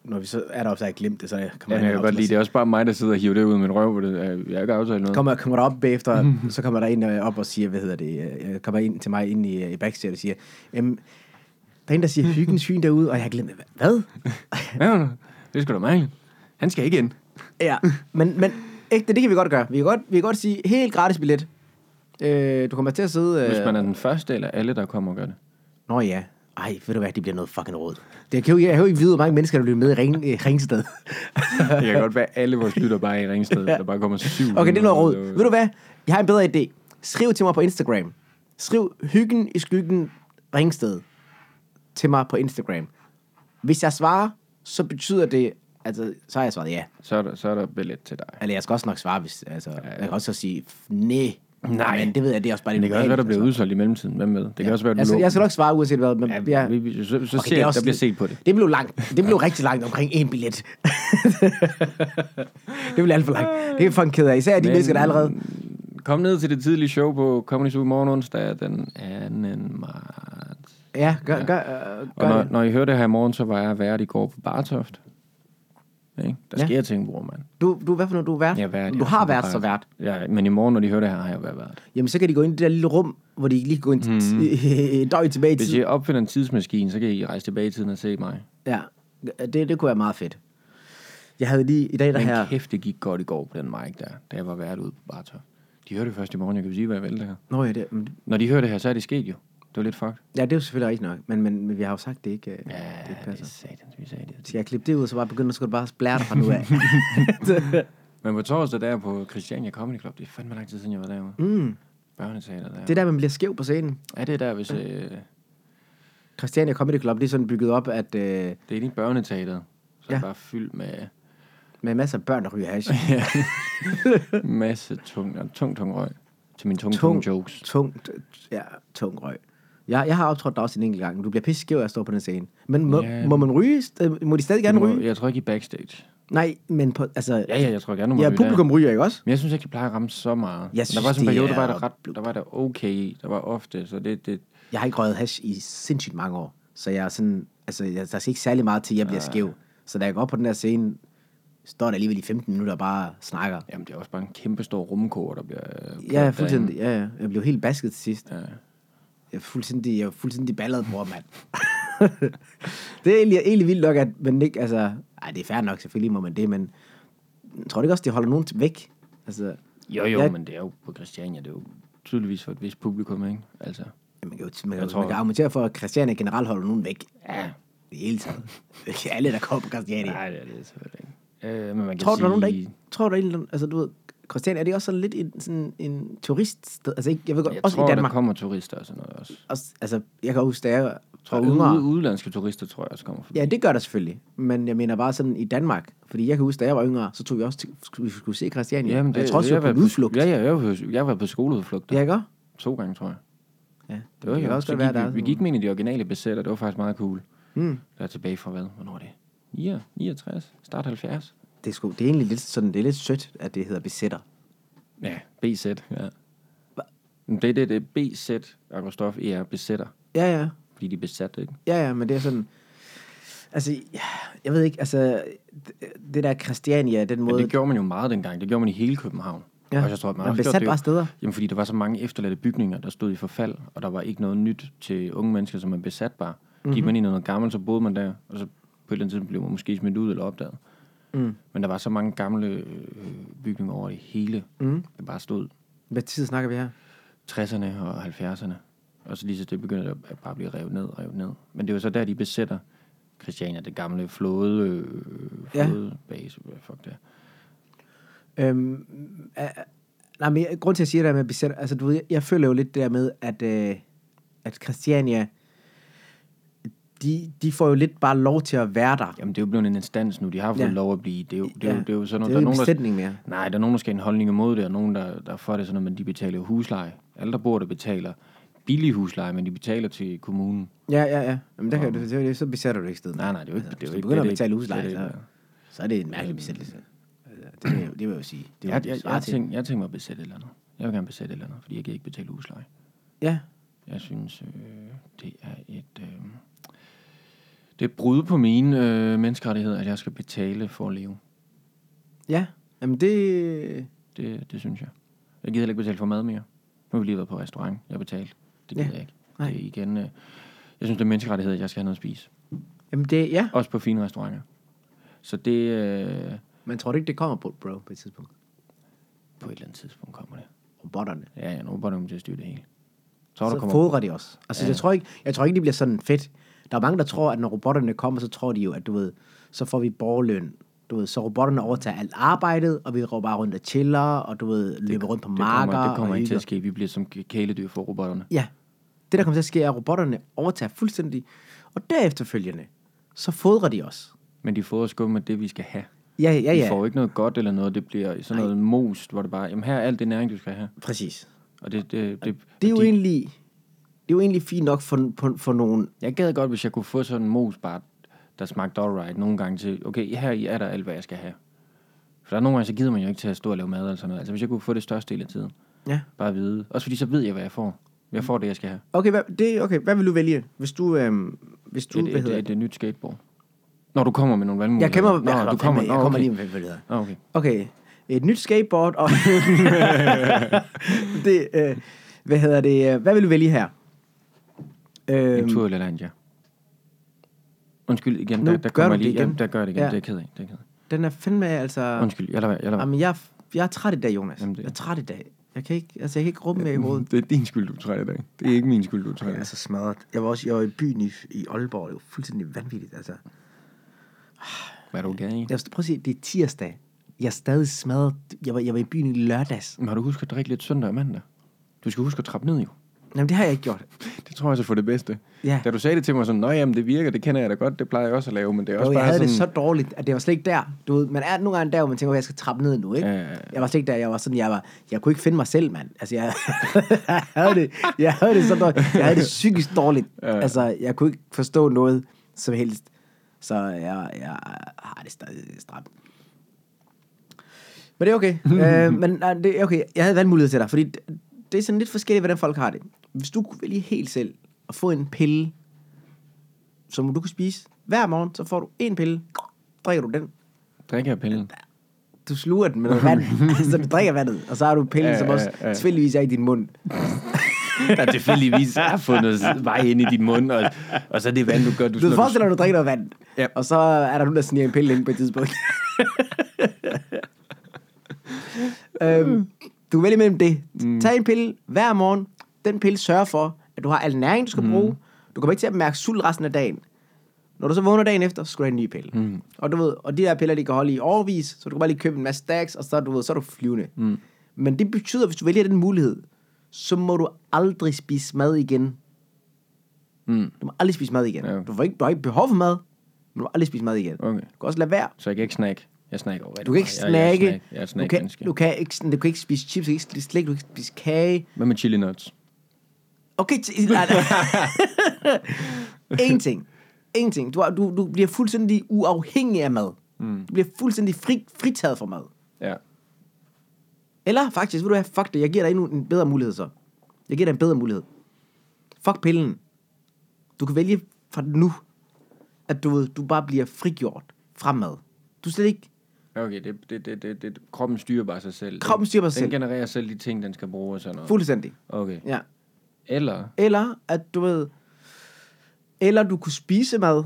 Speaker 2: Når vi så er der også, jeg glemt det, så jeg kommer
Speaker 1: Ja, men jeg kan godt lide, det er også bare mig, der sidder og hiver det ud af min røv, hvor det, er- jeg har ikke aftalt noget. Kom.
Speaker 2: Kommer, kommer der op bagefter, så kommer der en øh, op og siger, hvad hedder det, øh, kommer ind til mig ind i, øh, i backstage og siger, øhm, der er en, der siger hyggen syn derude, og jeg har glemt, det. hvad?
Speaker 1: Ja, det skal du mærke. Han skal ikke ind.
Speaker 2: ja, men, men ægte, det kan vi godt gøre. Vi kan godt, vi kan godt sige, helt gratis billet. Øh, du kommer til at sidde... Øh,
Speaker 1: Hvis man er den første eller alle, der kommer og gør det.
Speaker 2: Nå ja. Ej, ved du hvad, det bliver noget fucking råd. Det kan jo, jeg kan jo ikke vide, hvor mange mennesker, der bliver med i ring, øh, Ringsted.
Speaker 1: Det kan godt være, at alle vores lytter bare er i Ringsted, der bare kommer syv.
Speaker 2: Okay, det er noget råd. Ved du hvad? Jeg har en bedre idé. Skriv til mig på Instagram. Skriv hyggen i skyggen Ringsted til mig på Instagram. Hvis jeg svarer, så betyder det, altså, så har jeg svaret ja.
Speaker 1: Så er der, så er der billet til dig.
Speaker 2: Eller jeg skal også nok svare, hvis, altså, jeg kan også så sige, nej.
Speaker 1: Nej.
Speaker 2: Men det ved jeg, det er også bare
Speaker 1: Men
Speaker 2: lidt
Speaker 1: det kan også være, der
Speaker 2: ubehageligt,
Speaker 1: bliver udsolgt i mellemtiden. Hvem ved? Det kan også være, du
Speaker 2: altså. jeg, skal,
Speaker 1: lukker-
Speaker 2: jeg skal nok svare, uanset hvad. Men,
Speaker 1: Ja,
Speaker 2: ja,
Speaker 1: vi, vi, så, så okay,
Speaker 2: det
Speaker 1: ser, også...
Speaker 2: er også-
Speaker 1: der bliver set på det.
Speaker 2: det blev langt. Det blev rigtig langt omkring en billet. det blev alt for langt. Det er jeg fucking ked af. Især de
Speaker 1: Men-
Speaker 2: mennesker, der allerede...
Speaker 1: Kom ned til det tidlige show på Comedy Zoo i morgen onsdag den 2. marts.
Speaker 2: Ja, gør, gør, øh, gør
Speaker 1: Og når,
Speaker 2: det.
Speaker 1: når I hører det her i morgen, så var jeg vært i går på Bartoft. Ikke? Der
Speaker 2: Ja.
Speaker 1: sker ting, bror, mand.
Speaker 2: Du, du, hvad for noget, du er vært?
Speaker 1: Jeg er vært,
Speaker 2: du
Speaker 1: jeg
Speaker 2: har
Speaker 1: er
Speaker 2: været
Speaker 1: vært.
Speaker 2: så vært.
Speaker 1: Ja, men i morgen, når de hører det her, har jeg været været.
Speaker 2: Jamen, så kan de gå ind i det der lille rum, hvor de lige kan gå ind mm. et døgn tilbage i
Speaker 1: Hmm. Hvis
Speaker 2: tiden.
Speaker 1: jeg opfinder en tidsmaskine, så kan I rejse tilbage i tiden og se mig.
Speaker 2: Ja, det, det kunne være meget fedt. Jeg havde lige i dag, der
Speaker 1: Men
Speaker 2: her...
Speaker 1: kæft, det gik godt i går på den mic der, da jeg var vært ude på Bartov. De hørte det først i morgen, jeg kan sige, hvad jeg vil det her.
Speaker 2: Nå ja, det, men-
Speaker 1: Når de hører det her, så er det sket jo. Det var lidt fucked.
Speaker 2: ja, det er jo selvfølgelig rigtigt nok, men, men, men vi har jo sagt, det ikke, ja, det ikke
Speaker 1: det er
Speaker 2: passer.
Speaker 1: satans, vi sagde det.
Speaker 2: Skal jeg klippe det ud, så bare begynde at skulle bare blære dig fra nu af?
Speaker 1: Men på torsdag der på Christiania Comedy Club, det er fandme lang tid siden, jeg var derude.
Speaker 2: mm.
Speaker 1: Børneteater der.
Speaker 2: Det er der, man bliver skæv på scenen.
Speaker 1: Er det der, hvis... Øh,
Speaker 2: Christiania Comedy Club, det er sådan bygget op, at øh,
Speaker 1: det er lige børneteateret, så ja. er
Speaker 2: Ja.
Speaker 1: det bare fyldt med
Speaker 2: med masser af børn, der ryger hash.
Speaker 1: masse tung, og tung, tung røg til mine tunge,
Speaker 2: Tung.
Speaker 1: tunge jokes.
Speaker 2: tungt, ja, tung røg. Jeg, jeg har optrådt dig også en enkelt gang, men du bliver pisse skæv af at stå på den scene. Men må,
Speaker 1: Ja.
Speaker 2: yeah. må man ryge? Øh, Må de stadig gerne
Speaker 1: Du må-
Speaker 2: ryge?
Speaker 1: Jeg tror ikke i backstage.
Speaker 2: Nej, men på, altså...
Speaker 1: Ja, ja, jeg tror gerne, du må
Speaker 2: ja
Speaker 1: ryge der.
Speaker 2: publikum ryger, ikke også?
Speaker 1: Men jeg synes ikke, det plejer at ramme så meget.
Speaker 2: Jeg
Speaker 1: der
Speaker 2: synes,
Speaker 1: var også en
Speaker 2: det
Speaker 1: periode, der
Speaker 2: er
Speaker 1: var der, ret, der var der okay, der var ofte, så det, det
Speaker 2: Jeg har ikke røget hash i sindssygt mange år, så jeg er sådan, altså, jeg, der skal ikke særlig meget til, at jeg bliver skæv. Så da jeg går op på den her scene, står der alligevel i 15 minutter og bare snakker.
Speaker 1: jamen, det er også bare en kæmpe stor rumkår, der bliver... øh, kørt
Speaker 2: Ja,
Speaker 1: derinde.
Speaker 2: fuldstændig. Ja, ja. Jeg blev helt basket til sidst.
Speaker 1: Ja.
Speaker 2: Jeg er fuldstændig, jeg er fuldstændig ballet, bror, mand. det er egentlig, egentlig vildt nok, at man ikke, altså... Ej, det er fair nok, selvfølgelig må man det, men... Tror du ikke også, det holder nogen til- væk? Altså,
Speaker 1: Jo, jo,
Speaker 2: Ja.
Speaker 1: ja. men det er jo på Christiania, det er jo tydeligvis for et vist publikum, ikke? Altså,
Speaker 2: man kan jo man
Speaker 1: Jeg
Speaker 2: kan, tror,
Speaker 1: tror-
Speaker 2: man kan argumentere for, at Christiania generelt holder nogen væk.
Speaker 1: ja,
Speaker 2: Det hele tiden. Ikke alle, der kommer på Christiania.
Speaker 1: nej, det er det selvfølgelig ikke. Øh, men man kan
Speaker 2: Tror du,
Speaker 1: sige,
Speaker 2: der er nogen, der ikke... Tror du, der er en, eller anden- altså, du ved, Christian, er det også sådan lidt en, sådan en turiststed? Altså, ikke, jeg ved godt,
Speaker 1: Jeg
Speaker 2: også
Speaker 1: tror,
Speaker 2: i Danmark.
Speaker 1: der kommer turister og sådan noget også.
Speaker 2: Også, altså, jeg kan huske, da jeg
Speaker 1: Tror,
Speaker 2: tror,
Speaker 1: ude,
Speaker 2: yngre...
Speaker 1: udenlandske turister, tror jeg også kommer forbi.
Speaker 2: Ja, det gør der selvfølgelig. Men jeg mener bare sådan i Danmark. Fordi jeg kan huske, da jeg var yngre, så tog vi også til, skulle, vi skulle se Christiania.
Speaker 1: Jamen,
Speaker 2: Og jeg tror også, vi var på en udflugt.
Speaker 1: Ja, ja, jeg var på, jeg var på skoleudflugt
Speaker 2: Ja, ikke også?
Speaker 1: to gange, tror jeg.
Speaker 2: Ja,
Speaker 1: Det var
Speaker 2: kan
Speaker 1: jo også
Speaker 2: også godt være,
Speaker 1: gik,
Speaker 2: der er
Speaker 1: vi, vi
Speaker 2: sådan
Speaker 1: gik med ind i de originale besætter, det var faktisk meget cool.
Speaker 2: Mm.
Speaker 1: Der er tilbage fra hvad? Hvornår er det? 9, 69? Start 70?
Speaker 2: Det er, sgu, det er egentlig lidt, sådan, det er lidt sødt, at det hedder besætter.
Speaker 1: Ja, BZ, ja. Men Det er det, det er BZ, Agostof ER E besætter.
Speaker 2: Ja, ja.
Speaker 1: Fordi de er besat, ikke?
Speaker 2: Ja, ja, men det er sådan... Altså, ja, jeg ved ikke, altså... det- Det der Christiania, den
Speaker 1: Men
Speaker 2: måde...
Speaker 1: det gjorde man jo meget dengang. Det gjorde man i hele København.
Speaker 2: Ja.
Speaker 1: Og jeg tror, at man
Speaker 2: Man
Speaker 1: også
Speaker 2: besatte
Speaker 1: gjorde det
Speaker 2: bare
Speaker 1: jo-
Speaker 2: steder.
Speaker 1: Jamen, fordi der var så mange efterladte bygninger, der stod i forfald, og der var ikke noget nyt til unge mennesker, som man besat bare. Mm-hmm.
Speaker 2: Mhm.
Speaker 1: Gik man ind i noget gammelt, så boede man der, og så på et eller andet tidspunkt blev man måske smidt ud eller opdaget.
Speaker 2: Mm.
Speaker 1: Men der var så mange gamle øh, bygninger over det hele, mm. der bare stod
Speaker 2: Hvad tid snakker vi her?
Speaker 1: 60'erne og 70'erne. Og så lige så det begyndte det at bare blive revet ned, revet ned. Men det var så der, de besætter Christiania, det gamle flåde, øh,
Speaker 2: Ja.
Speaker 1: flådebase, hvad fuck det er.
Speaker 2: Øhm, øh, nej, men jeg, grund til, at jeg siger det der med besætter, altså du ved, jeg, jeg føler jo lidt det der med, at, øh, at Christiania, de, de får jo lidt bare lov til at være der.
Speaker 1: Jamen, det er jo blevet en instans nu. De har fået
Speaker 2: Ja.
Speaker 1: ja. lov at blive. Det er jo, det er
Speaker 2: Ja.
Speaker 1: jo, det er jo sådan
Speaker 2: Det
Speaker 1: noget.
Speaker 2: er jo
Speaker 1: der
Speaker 2: ikke en
Speaker 1: nogen,
Speaker 2: besætning mere.
Speaker 1: der, nej, der er nogen, der skal have en holdning imod det, og nogen, der, der er for det sådan noget, men de betaler jo husleje. Alle, der bor der, betaler billig husleje, men de betaler til kommunen.
Speaker 2: Ja, ja, ja. Jamen, der kan, det, det, så besætter du ikke stedet.
Speaker 1: Nej, nej, det er jo ikke... Det er
Speaker 2: Hvis
Speaker 1: jo
Speaker 2: du
Speaker 1: ikke
Speaker 2: begynder
Speaker 1: det er
Speaker 2: at betale
Speaker 1: ikke-
Speaker 2: husleje,
Speaker 1: det er
Speaker 2: så,
Speaker 1: det ikke.
Speaker 2: så er det en mærkelig besættelse. Altså, det, vil jeg- det vil jeg jo sige. Det vil
Speaker 1: Jeg, jeg, jeg,
Speaker 2: svare
Speaker 1: jeg,
Speaker 2: til.
Speaker 1: tænker, jeg tænker mig at besætte et eller andet. Jeg vil gerne besætte et eller andet, fordi jeg kan ikke betale husleje.
Speaker 2: Ja,
Speaker 1: Jeg synes, øh, det er et... Øh, det er et brud på mine øh, menneskerettigheder, at jeg skal betale for at leve.
Speaker 2: ja. Jamen, det...
Speaker 1: Det, det synes jeg. Jeg gider heller ikke betale for mad mere. Nu har vi lige været på restaurant. Jeg betalte. Det gider
Speaker 2: Ja.
Speaker 1: jeg ikke.
Speaker 2: Nej.
Speaker 1: Det er igen... Øh, jeg synes, det er menneskerettighed, at jeg skal have noget at spise.
Speaker 2: Jamen, det... Ja.
Speaker 1: Også på fine restauranter. Så det... Øh,
Speaker 2: Man tror du ikke, det kommer på, bro, på et tidspunkt?
Speaker 1: på et eller andet tidspunkt kommer det.
Speaker 2: Robotterne.
Speaker 1: Ja, ja, nu er bare til at styre det hele. Så, er der
Speaker 2: så
Speaker 1: kommer...
Speaker 2: fodrer de også. Altså, ja. jeg, tror ikke, jeg tror ikke, det bliver sådan fedt. Der er mange, der tror, at når robotterne kommer, så tror de jo, at du ved, så får vi borgerløn. Du ved, så robotterne overtager alt arbejdet, og vi går bare rundt og chiller, og du ved, løber rundt på
Speaker 1: det
Speaker 2: marker.
Speaker 1: kommer, det kommer
Speaker 2: og
Speaker 1: ikke til
Speaker 2: hygger.
Speaker 1: at ske. Vi bliver som kæledyr for robotterne.
Speaker 2: Ja. Det, der kommer til at ske, er, at robotterne overtager fuldstændig, og derefterfølgende, så fodrer de os.
Speaker 1: Men de får os gå med det, vi skal have.
Speaker 2: Ja, ja,
Speaker 1: Vi
Speaker 2: ja.
Speaker 1: får ikke noget godt eller noget. Det bliver sådan noget most, hvor det bare... Jamen her er alt det næring, du skal have.
Speaker 2: Præcis.
Speaker 1: Og det... det, det,
Speaker 2: Det er jo
Speaker 1: de,
Speaker 2: egentlig... Det er jo egentlig fint nok for, for, for nogen.
Speaker 1: Jeg gad godt, hvis jeg kunne få sådan en mosbart, der smagte alright nogle gange til, okay, her i er der alt, hvad jeg skal have. For der er nogle gange, så gider man jo ikke til at stå og lave mad eller sådan noget. Altså hvis jeg kunne få det største del af tiden.
Speaker 2: Ja.
Speaker 1: Bare at vide. Også fordi så ved jeg, hvad jeg får. Jeg får det, jeg skal have.
Speaker 2: Okay, hvad, det, okay, hvad vil du vælge, hvis du... Øhm, hvis du
Speaker 1: Et,
Speaker 2: hvad
Speaker 1: et,
Speaker 2: hedder
Speaker 1: et, et, nyt skateboard. Når du kommer med nogle valgmuligheder.
Speaker 2: Jeg kæmper,
Speaker 1: Nå, du kommer,
Speaker 2: jeg kommer
Speaker 1: okay.
Speaker 2: lige med fem billeder.
Speaker 1: Nå, okay.
Speaker 2: Okay, et nyt skateboard og... det, øh, hvad hedder det? øh, Hvad vil du vælge her?
Speaker 1: En
Speaker 2: Øhm,
Speaker 1: tur i Lalandia. Undskyld igen,
Speaker 2: Nu
Speaker 1: der, der
Speaker 2: gør
Speaker 1: kommer
Speaker 2: du det
Speaker 1: lige.
Speaker 2: igen.
Speaker 1: Jamen, der gør jeg det igen.
Speaker 2: Ja.
Speaker 1: Ja. Det er jeg ked af. Det er jeg ked af.
Speaker 2: den er fandme altså...
Speaker 1: Undskyld, jeg lader være. Jeg lader være.
Speaker 2: Jamen, jeg, jeg er træt i dag, Jonas.
Speaker 1: Jamen, det-
Speaker 2: Jeg er træt i dag. Jeg kan ikke, altså, jeg kan ikke rumme mere i hovedet.
Speaker 1: Det er din skyld, du træder i dag. Det er ikke min skyld, du
Speaker 2: Jeg er så smadret. Jeg var også jeg var i byen i, i Aalborg. Det var fuldstændig vanvittigt. Altså.
Speaker 1: Hvad er du galt i?
Speaker 2: Jeg prøv at se, det er tirsdag. Jeg er stadig smadret. Jeg var, jeg var i byen i lørdags.
Speaker 1: Har du husket at drikke lidt søndag og mandag? Du skal huske at trappe ned, jo.
Speaker 2: Jamen, det har jeg ikke gjort.
Speaker 1: Det tror jeg så for det bedste.
Speaker 2: Ja.
Speaker 1: Da du sagde det til mig sådan, nå jamen, det virker, det kender jeg da godt, det plejer jeg også at lave, men det er også
Speaker 2: Jo, jeg
Speaker 1: bare
Speaker 2: havde
Speaker 1: sådan...
Speaker 2: det så dårligt, at det var slet ikke der. Du ved, man er nogle gange der, hvor man tænker, at jeg skal trappe ned nu, ikke?
Speaker 1: Ja, ja, ja.
Speaker 2: Jeg var slet ikke der. Jeg var sådan, jeg var, jeg kunne ikke finde mig selv, mand. Altså, jeg, jeg, havde det, jeg havde det så dårligt. Jeg havde det psykisk dårligt. Altså, jeg kunne ikke forstå noget som helst. Så jeg, jeg har det stadig stramt. Men det er okay. øh, men nej, det er okay. Jeg havde valgmulighed til dig, fordi det, det er sådan lidt forskelligt, hvordan folk har det. Hvis du kunne vælge helt selv at få en pille, som du kan spise hver morgen, så får du en pille. Drikker du den?
Speaker 1: Drikker jeg pillen?
Speaker 2: Du sluger den med noget vand, så du drikker vandet. Og så har du pillen,
Speaker 1: Ja,
Speaker 2: som
Speaker 1: ja,
Speaker 2: også
Speaker 1: ja.
Speaker 2: tilfældigvis er i din mund.
Speaker 1: Der tilfældigvis er fundet vej ind i din mund, og, og så er det vand, du gør. Du,
Speaker 2: Du forestiller dig, at du drikker noget vand.
Speaker 1: Ja.
Speaker 2: Og så er der nogen, der sniger en pille ind på et tidspunkt. øhm, du vælger mellem det. Tag en pille hver morgen. Den pille sørger for, at du har al næring, du skal bruge. Du kommer ikke til at mærke sult resten af dagen. Når du så vågner dagen efter, så skal du have en ny pille. Mm. Og, du ved, og de der piller, de kan holde i overvis, så du kan bare lige købe en masse stacks, og så, du ved, så er du flyvende. Mm. Men det betyder, at hvis du vælger den mulighed, så må du aldrig spise mad igen.
Speaker 1: Mm.
Speaker 2: Du må aldrig spise mad igen.
Speaker 1: Ja.
Speaker 2: Du, får ikke, du har ikke behov for mad, men du må aldrig spise mad igen.
Speaker 1: Okay.
Speaker 2: Du kan også lade være.
Speaker 1: Så jeg kan ikke snakke. Jeg snakker over.
Speaker 2: Du kan ikke
Speaker 1: Jeg, jeg,
Speaker 2: snakke.
Speaker 1: jeg, jeg er et
Speaker 2: Du kan,
Speaker 1: snack-menneske.
Speaker 2: du, kan ikke, du kan ikke spise chips, du kan ikke spise slik, du kan ikke spise kage.
Speaker 1: Hvad med chili nuts?
Speaker 2: Okay, t- nej, nej. Ingenting. Ingenting. Du, har- du, du bliver fuldstændig uafhængig af mad. Mm. Du bliver fuldstændig fri, fritaget fra mad.
Speaker 1: Ja.
Speaker 2: Eller faktisk, vil du have, fuck det, jeg giver dig endnu en bedre mulighed så. Jeg giver dig en bedre mulighed. Fuck pillen. Du kan vælge fra nu, at du, ved, du bare bliver frigjort fra mad. Du er slet ikke...
Speaker 1: Okay, det, det, det, det, det, kroppen styrer bare sig selv.
Speaker 2: Kroppen styrer bare sig
Speaker 1: den
Speaker 2: selv.
Speaker 1: Den genererer selv de ting, den skal bruge og sådan noget.
Speaker 2: Fuldstændig.
Speaker 1: Okay.
Speaker 2: Ja.
Speaker 1: Eller,
Speaker 2: Eller at du ved... Eller du kunne spise mad,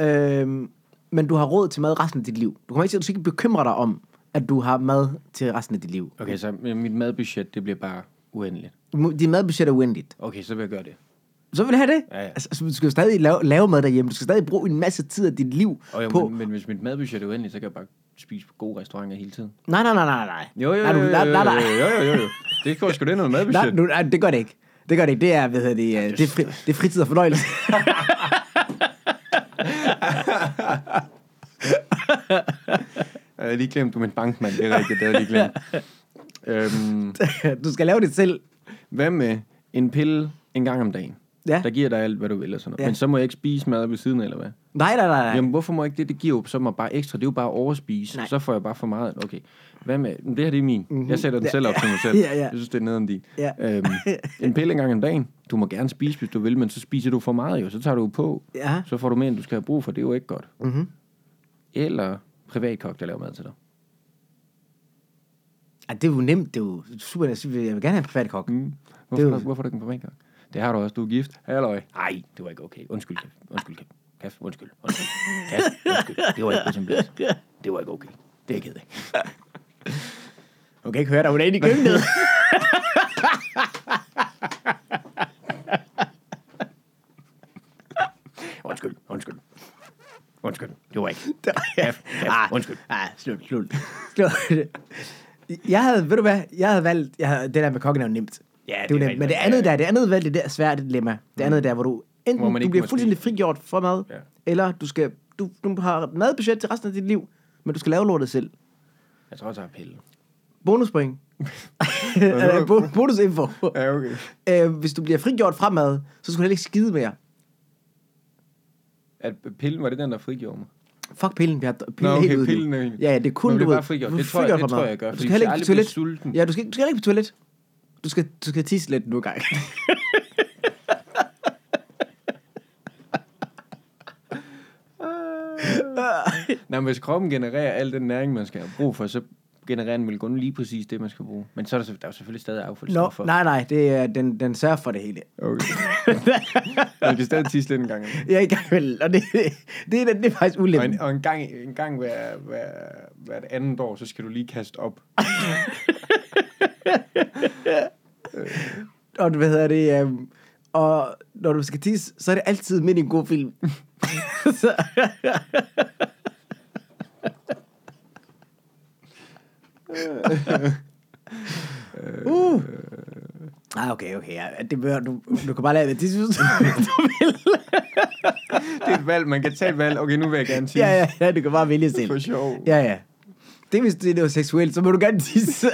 Speaker 2: øhm, men du har råd til mad resten af dit liv. Du kommer ikke til, du skal ikke bekymre dig om, at du har mad til resten af dit liv.
Speaker 1: okay, så mit madbudget, det bliver bare uendeligt.
Speaker 2: Din madbudget er uendeligt.
Speaker 1: Okay, så vil jeg gøre det.
Speaker 2: Så vil du have det.
Speaker 1: Ja, ja.
Speaker 2: Altså, altså, du skal jo stadig lave, lave mad derhjemme. Du skal stadig bruge en masse tid af dit liv
Speaker 1: Og jo,
Speaker 2: på...
Speaker 1: Men, men, hvis mit madbudget er uendeligt, så kan jeg bare spise på gode restauranter hele tiden.
Speaker 2: Nej, nej, nej, nej, nej.
Speaker 1: Jo, jo,
Speaker 2: Nej,
Speaker 1: jo,
Speaker 2: du-
Speaker 1: jo, jo,
Speaker 2: nej, nej, nej.
Speaker 1: jo, jo, jo, jo. Det går sgu da noget
Speaker 2: Nej,
Speaker 1: madbudget.
Speaker 2: nu, nej, det gør det ikke. Det gør det ikke. Det er, hvad hedder det, øh, det, er fri, det er fritid og fornøjelse.
Speaker 1: Jeg havde lige glemt, du er en bankmand, det er rigtigt, det havde jeg lige glemt. øhm,
Speaker 2: du skal lave det selv.
Speaker 1: hvad med en pille en gang om dagen?
Speaker 2: Ja.
Speaker 1: Der giver dig alt, hvad du vil og sådan noget.
Speaker 2: Ja.
Speaker 1: Men så må jeg ikke spise mad ved siden af, eller hvad?
Speaker 2: Nej, nej, nej, nej.
Speaker 1: Jamen, hvorfor må jeg ikke det? Det giver jo så mig bare ekstra. Det er jo bare at overspise.
Speaker 2: Nej. Mhm.
Speaker 1: Så får jeg bare for meget. Okay, hvad med? Det her, det er min. Mm-hmm. Jeg sætter den
Speaker 2: Ja,
Speaker 1: selv op
Speaker 2: ja.
Speaker 1: til mig selv.
Speaker 2: Ja, ja.
Speaker 1: Jeg synes, det er nederen din.
Speaker 2: Ja.
Speaker 1: Øhm, en pille en gang om dagen. Du må gerne spise, hvis du vil, men så spiser du for meget jo. Så tager du jo på.
Speaker 2: Ja.
Speaker 1: Så får du mere, end du skal have brug for. Det er jo ikke godt. Mm-hmm. Eller privatkok, der laver mad til dig.
Speaker 2: Ej, det er jo nemt. Det er jo super nemt. Jeg vil gerne have en privat kok. Mm.
Speaker 1: Hvorfor,
Speaker 2: Det er
Speaker 1: det
Speaker 2: jo-
Speaker 1: du, hvorfor er du ikke en privatkok? Det har du også. Du er gift. Halløj. Nej, det var ikke okay. Undskyld, Kef. Undskyld, Kef. Kef, undskyld. Undskyld. Kef, undskyld. Det var ikke på sin plads. Det var ikke okay. Det er jeg ked af.
Speaker 2: Du kan ikke høre dig, hun er inde i køkkenet.
Speaker 1: Undskyld, undskyld. Undskyld, det var ikke.
Speaker 2: ah,
Speaker 1: undskyld.
Speaker 2: Ah, slut, slut. slut. Jeg havde, ved du hvad, jeg havde valgt, jeg havde, det der med kokken er jo nemt.
Speaker 1: Ja, det
Speaker 2: det
Speaker 1: er
Speaker 2: er jo nemt.
Speaker 1: rigtig
Speaker 2: Men det
Speaker 1: nemt.
Speaker 2: andet
Speaker 1: Ja, Mm.
Speaker 2: der, det andet valg, det der er svært et dilemma. Det andet der, hvor du enten
Speaker 1: Hvor
Speaker 2: hvor
Speaker 1: man
Speaker 2: du
Speaker 1: ikke
Speaker 2: bliver
Speaker 1: må
Speaker 2: fuldstændig
Speaker 1: spise.
Speaker 2: frigjort fra mad,
Speaker 1: Ja.
Speaker 2: eller du skal, du, du har madbudget til resten af dit liv, men du skal lave lortet selv.
Speaker 1: Jeg tror også, jeg har pille.
Speaker 2: Bonuspoint. Øh, bo- Bonusinfo.
Speaker 1: Ja, okay.
Speaker 2: Øh, hvis du bliver frigjort fra mad, så skal du heller ikke skide mere.
Speaker 1: At pillen var det den, der frigjorde mig.
Speaker 2: Fuck pillen, Bjørn. Pillen
Speaker 1: Nå,
Speaker 2: er helt
Speaker 1: okay,
Speaker 2: ude nu.
Speaker 1: pillen er helt-
Speaker 2: Ja, ja, det er kun,
Speaker 1: Nå, det
Speaker 2: du
Speaker 1: er
Speaker 2: ved,
Speaker 1: bare frigjort.
Speaker 2: du er
Speaker 1: Det tror jeg-
Speaker 2: frigjort
Speaker 1: det tror
Speaker 2: fra mad.
Speaker 1: jeg, jeg gør,
Speaker 2: Du
Speaker 1: fordi
Speaker 2: skal heller
Speaker 1: hvis jeg
Speaker 2: ikke på
Speaker 1: aldrig bliver
Speaker 2: toilet.
Speaker 1: sulten-
Speaker 2: Ja, du skal, du skal heller ikke på toilet. Du skal, du skal tisse lidt nu gang.
Speaker 1: Nej, men hvis kroppen genererer al den næring, man skal have brug for, så genererer den vel kun lige præcis det, man skal bruge. Men så er der, selv- der er jo selvfølgelig stadig
Speaker 2: Nå,
Speaker 1: affaldsstoffer.
Speaker 2: nej, nej, det er, den, den sørger for det hele.
Speaker 1: Okay. man kan stadig tisse lidt en gang.
Speaker 2: Jeg er i gang med, og det, det, er, det er faktisk
Speaker 1: Og
Speaker 2: ulempen.
Speaker 1: en, og en gang, en gang hver, hver, hvert andet år, så skal du lige kaste op.
Speaker 2: Og hvad hedder det? Um, og når du skal tisse, så er det altid midt i en god film. så,
Speaker 1: Øh,
Speaker 2: uh. Ah, okay, okay. Ja, det behøver, du, du kan bare lade det tisse, hvis du du vil.
Speaker 1: Det er et valg. Man kan tage et valg. Okay, nu vil jeg gerne tisse.
Speaker 2: Ja, ja, ja, du kan bare vælge selv.
Speaker 1: For sjov.
Speaker 2: Ja, ja. Det er, hvis det er noget seksuelt, så må du gerne tisse.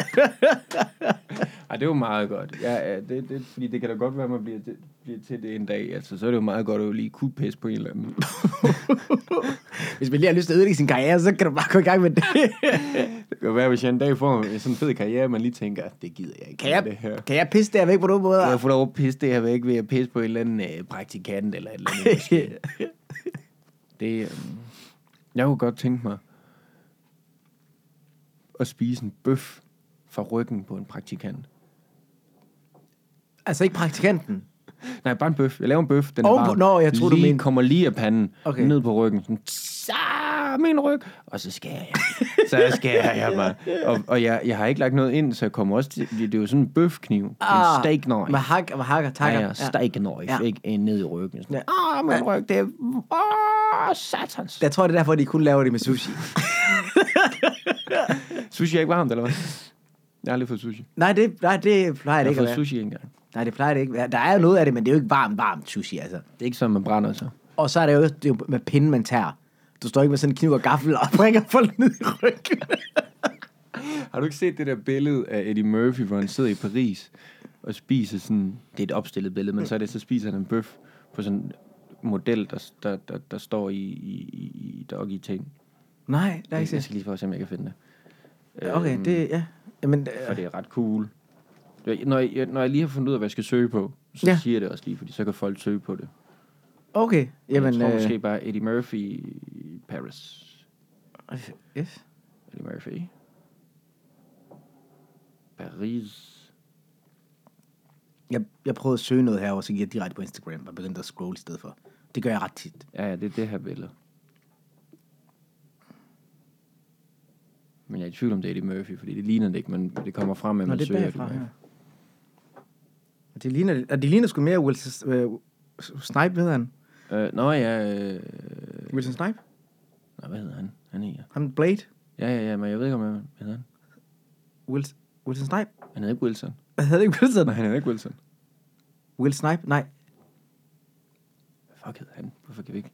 Speaker 1: Ej, det er jo meget godt. Ja, ja det, det, fordi det kan da godt være, at man bliver, det, bliver til det en dag. Altså, så er det jo meget godt at jo lige kunne pisse på en eller anden.
Speaker 2: Hvis man lige har lyst til at ødelægge sin karriere, så kan du bare gå i gang med det.
Speaker 1: Det kan være, hvis jeg en dag får en sådan fed karriere, man lige tænker, "Ah, det gider jeg ikke.
Speaker 2: Kan jeg,
Speaker 1: det her.
Speaker 2: kan jeg pisse det her væk på nogen måde?
Speaker 1: Jeg har fået lov at pisse det her væk ved at pisse på en eller anden øh, praktikant eller et eller andet. måske. det, øh, jeg kunne godt tænke mig at spise en bøf fra ryggen på en praktikant.
Speaker 2: altså ikke praktikanten.
Speaker 1: Nej, bare en bøf. Jeg laver en bøf. Den er
Speaker 2: Oven
Speaker 1: varm.
Speaker 2: på- Nå, jeg troede, du
Speaker 1: lige
Speaker 2: mente-
Speaker 1: kommer lige af panden,
Speaker 2: Okay.
Speaker 1: okay. ned på ryggen. Sådan, "Tsa, min ryg. Og så skærer jeg. så skærer jeg mig. Og, og jeg, jeg har ikke lagt noget ind, så jeg kommer også til... Det er jo sådan en bøfkniv. en steak knife.
Speaker 2: Ah, Med hak, med hak og takker.
Speaker 1: Ja, ja, steak knife,
Speaker 2: Ja.
Speaker 1: ja. altså, ikke? En ned i ryggen. Sådan,
Speaker 2: Ja.
Speaker 1: Åh, min ryg, det er... Åh, satans.
Speaker 2: Jeg tror, det er derfor, de kun laver det med sushi.
Speaker 1: Sushi er ikke varmt, eller hvad? Jeg har aldrig fået sushi.
Speaker 2: nej, det, nej,
Speaker 1: Jeg
Speaker 2: det plejer det
Speaker 1: har
Speaker 2: ikke at
Speaker 1: fået
Speaker 2: være.
Speaker 1: sushi engang.
Speaker 2: Nej, det plejer det ikke. at være. Der er jo noget af det, men det er jo ikke varmt, varmt sushi, altså.
Speaker 1: Det er ikke sådan, man brænder sig.
Speaker 2: Og så er det jo, det er jo med pinden, man tager. Du står ikke med sådan en kniv og gaffel og prikker folk ned i ryggen.
Speaker 1: Har du ikke set det der billede af Eddie Murphy, hvor han sidder i Paris og spiser sådan... Det er et opstillet billede, men så er det, så spiser han en bøf på sådan en model, der, der, der, der står i, i, i, i doggy ting.
Speaker 2: nej, der er
Speaker 1: Jeg
Speaker 2: ikke set.
Speaker 1: skal lige prøve at se, om jeg kan finde det.
Speaker 2: Okay, det, ja. Jamen,
Speaker 1: for
Speaker 2: øh,
Speaker 1: det er ret cool. Det- Når jeg, når jeg lige har fundet ud af, hvad jeg skal søge på, så
Speaker 2: Ja.
Speaker 1: ja. siger jeg det også lige, fordi så kan folk søge på det.
Speaker 2: okay. Jamen,
Speaker 1: jeg tror
Speaker 2: øh,
Speaker 1: måske bare Eddie Murphy i Paris.
Speaker 2: yes.
Speaker 1: Eddie Murphy. Paris.
Speaker 2: Jeg, jeg prøvede at søge noget herovre, så gik jeg direkte på Instagram og begyndte at scrolle i stedet for. Det gør jeg ret tit.
Speaker 1: Ja, ja, det er det her billede. Men jeg er i tvivl om, det er Eddie Murphy, fordi det ligner det ikke, men det kommer frem, at
Speaker 2: Nå,
Speaker 1: man
Speaker 2: det er
Speaker 1: søger
Speaker 2: bagfra,
Speaker 1: Eddie
Speaker 2: ja.
Speaker 1: Murphy.
Speaker 2: Og det ligner, og det ligner sgu mere Wilson, øh, Snipe, hedder han.
Speaker 1: Øh, nå ja, øh,
Speaker 2: Wilson Snipe?
Speaker 1: nå, hvad hedder han? Han er her.
Speaker 2: Han Blade?
Speaker 1: Ja, ja, ja, men jeg ved ikke, om jeg hvad hedder han.
Speaker 2: Wilson, Wilson Snipe?
Speaker 1: Han hedder ikke Wilson.
Speaker 2: Hvad hedder det ikke Wilson?
Speaker 1: han hedder ikke Wilson.
Speaker 2: Will Snipe? Nej.
Speaker 1: Hvad fuck hedder han? Hvorfor kan vi ikke?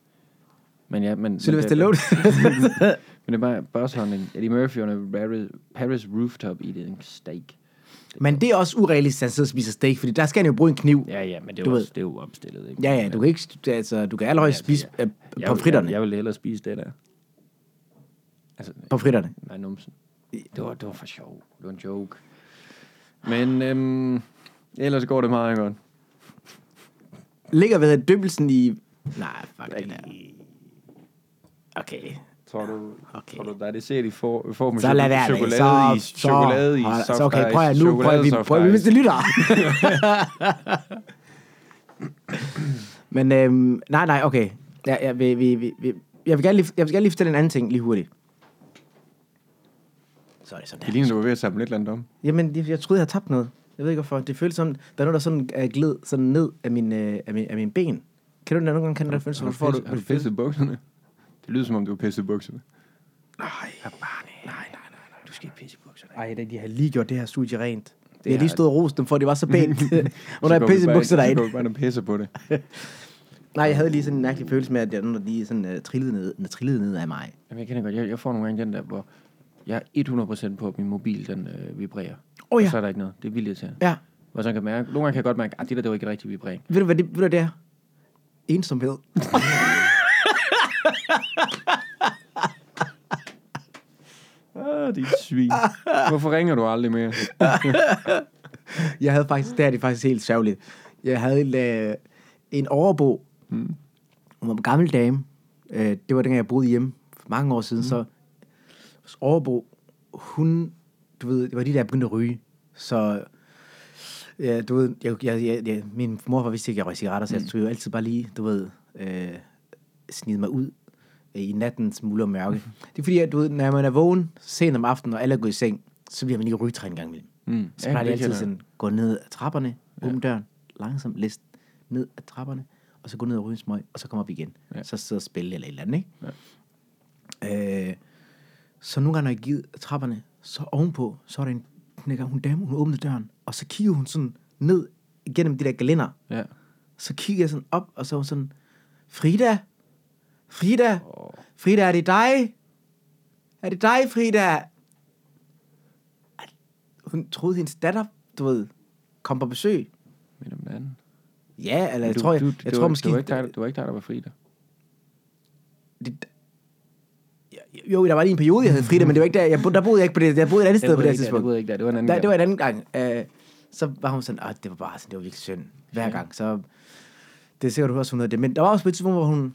Speaker 1: Men ja, men...
Speaker 2: Sylvester
Speaker 1: men det-
Speaker 2: Stallone?
Speaker 1: Men det er bare børshånding. Eddie Murphy under Paris, Paris rooftop eating steak.
Speaker 2: Men det er også urealistisk, at han sidder og spiser steak, fordi der skal han jo bruge en kniv.
Speaker 1: Ja, ja, men det er,
Speaker 2: Du
Speaker 1: jo,
Speaker 2: ved.
Speaker 1: også, det er jo opstillet, ikke?
Speaker 2: Ja, ja, du kan ikke, altså, du kan allerede
Speaker 1: Ja,
Speaker 2: spise
Speaker 1: ja.
Speaker 2: øh,
Speaker 1: Jeg vil-
Speaker 2: pomfritterne.
Speaker 1: Jeg, jeg ville hellere spise det der. Altså,
Speaker 2: Pomfritterne.
Speaker 1: nej, numsen. Det var, det var for sjov. Det var en joke. Men øhm, ellers går det meget godt.
Speaker 2: Ligger ved døbelsen i... Nej, fuck det der. Okay.
Speaker 1: Tror du,
Speaker 2: Okay.
Speaker 1: okay. tror du der er det set, I får, får med
Speaker 2: Så lad være med.
Speaker 1: chokolade
Speaker 2: Så,
Speaker 1: i, chokolade i,
Speaker 2: hold-
Speaker 1: soft
Speaker 2: så okay,
Speaker 1: ice,
Speaker 2: prøv at nu, prøv at vi,
Speaker 1: chokoladesoft
Speaker 2: prøv at vi
Speaker 1: ice.
Speaker 2: hvis det lytter. Men øhm, nej, nej, okay. Ja, ja, vi, vi, vi, vi, jeg, vil gerne lige, jeg vil gerne lige fortælle en anden ting lige hurtigt. Så er det sådan
Speaker 1: Det
Speaker 2: her.
Speaker 1: ligner, du var ved at samle et eller andet om.
Speaker 2: Jamen, jeg, jeg troede, jeg havde tabt noget. Jeg ved ikke hvorfor. Det føltes som, der er noget, der sådan øh, gled sådan ned af min, øh, af min, af min ben. Kan du det, der nogle gange kan det der følelse,
Speaker 1: Har
Speaker 2: hvor
Speaker 1: du,
Speaker 2: du får
Speaker 1: pisset, har du
Speaker 2: det?
Speaker 1: pisset i bukserne? Det lyder, som om du har pisset i bukserne.
Speaker 2: Nej, nej, nej, nej.
Speaker 1: Du skal ikke pisse i bukserne.
Speaker 2: Ej, de har lige gjort det her studie rent. Det jeg har
Speaker 1: har
Speaker 2: lige stået og rost dem for, at det var så pænt. og der er pisse i bukserne
Speaker 1: derinde. Så går
Speaker 2: derinde.
Speaker 1: vi bare og pisser på det.
Speaker 2: Nej, jeg havde lige sådan en mærkelig følelse med, at jeg nu lige sådan uh, trillede, ned, uh, trillede ned af mig.
Speaker 1: Jamen, jeg kender godt. Jeg, jeg får nogle gange den der, hvor jeg er 100% på, at min mobil den øh, vibrerer.
Speaker 2: Åh, ja.
Speaker 1: Og så er der ikke noget. Det er vildt til.
Speaker 2: Ja,
Speaker 1: Hvor så kan jeg mærke, nogle gange kan jeg godt mærke, at det der, det var ikke rigtig vibrering.
Speaker 2: ved du hvad det, ved du, hvad det er? Ensomhed.
Speaker 1: Ah, dit svin. Hvorfor ringer du aldrig mere?
Speaker 2: Jeg havde faktisk, det her det er faktisk helt sørgeligt. Jeg havde en, øh, en overbo. Mm. Hun var en gammel dame. Øh, det var dengang, jeg boede hjemme mange år siden, mm. så hos Overbo, hun, du ved, det var de der, begyndte at ryge. Så, ja, du ved, jeg, jeg, jeg, jeg, min morfar vidste ikke, at jeg røg cigaretter,
Speaker 1: Mm.
Speaker 2: så jeg skulle jo altid bare lige, du ved, øh, snide mig ud øh, i nattens mulde og mørke.
Speaker 1: Mm.
Speaker 2: Det er fordi, at du ved, når man er vågen sent om aftenen, og alle er gået i seng, så bliver man lige rygetræt en gang imellem.
Speaker 1: Mm.
Speaker 2: Så
Speaker 1: Ja,
Speaker 2: plejer de
Speaker 1: det
Speaker 2: altid
Speaker 1: kender jeg.
Speaker 2: sådan, gå ned ad trapperne, åbne døren, langsomt list ned ad trapperne, og så gå ned og ryge en smøg, og så komme op igen.
Speaker 1: Ja.
Speaker 2: Så sidde og spille eller et eller andet, ikke? Øh, så nogle gange, når jeg gik ud af trapperne, så ovenpå, så var der en knækker, hun dame, hun åbnede døren, og så kiggede hun sådan ned igennem de der gelænder.
Speaker 1: Ja.
Speaker 2: Så kiggede jeg sådan op, og så var hun sådan, Frida, Frida, Frida, er det dig? Er det dig, Frida? Hun troede, hendes datter, du ved, kom på besøg.
Speaker 1: Midt om natten.
Speaker 2: Ja, eller jeg
Speaker 1: Du-
Speaker 2: tror, jeg,
Speaker 1: du-
Speaker 2: jeg
Speaker 1: det
Speaker 2: tror
Speaker 1: var,
Speaker 2: måske...
Speaker 1: Det var ikke dig, det var ikke dig, der var fri der.
Speaker 2: det, Ja, jo, der var lige en periode, jeg hed Frida, men det var ikke der. Jeg, bo- der boede jeg ikke på det. Jeg boede et andet sted på det her tidspunkt.
Speaker 1: Det var ikke der. Det var en anden
Speaker 2: Nej, det
Speaker 1: gang.
Speaker 2: var en anden gang. Øh, så var hun sådan, at det var bare sådan, det var virkelig synd. Hver gang. Så det er sikkert, du også hun havde det. Men der var også på et tidspunkt, hvor hun,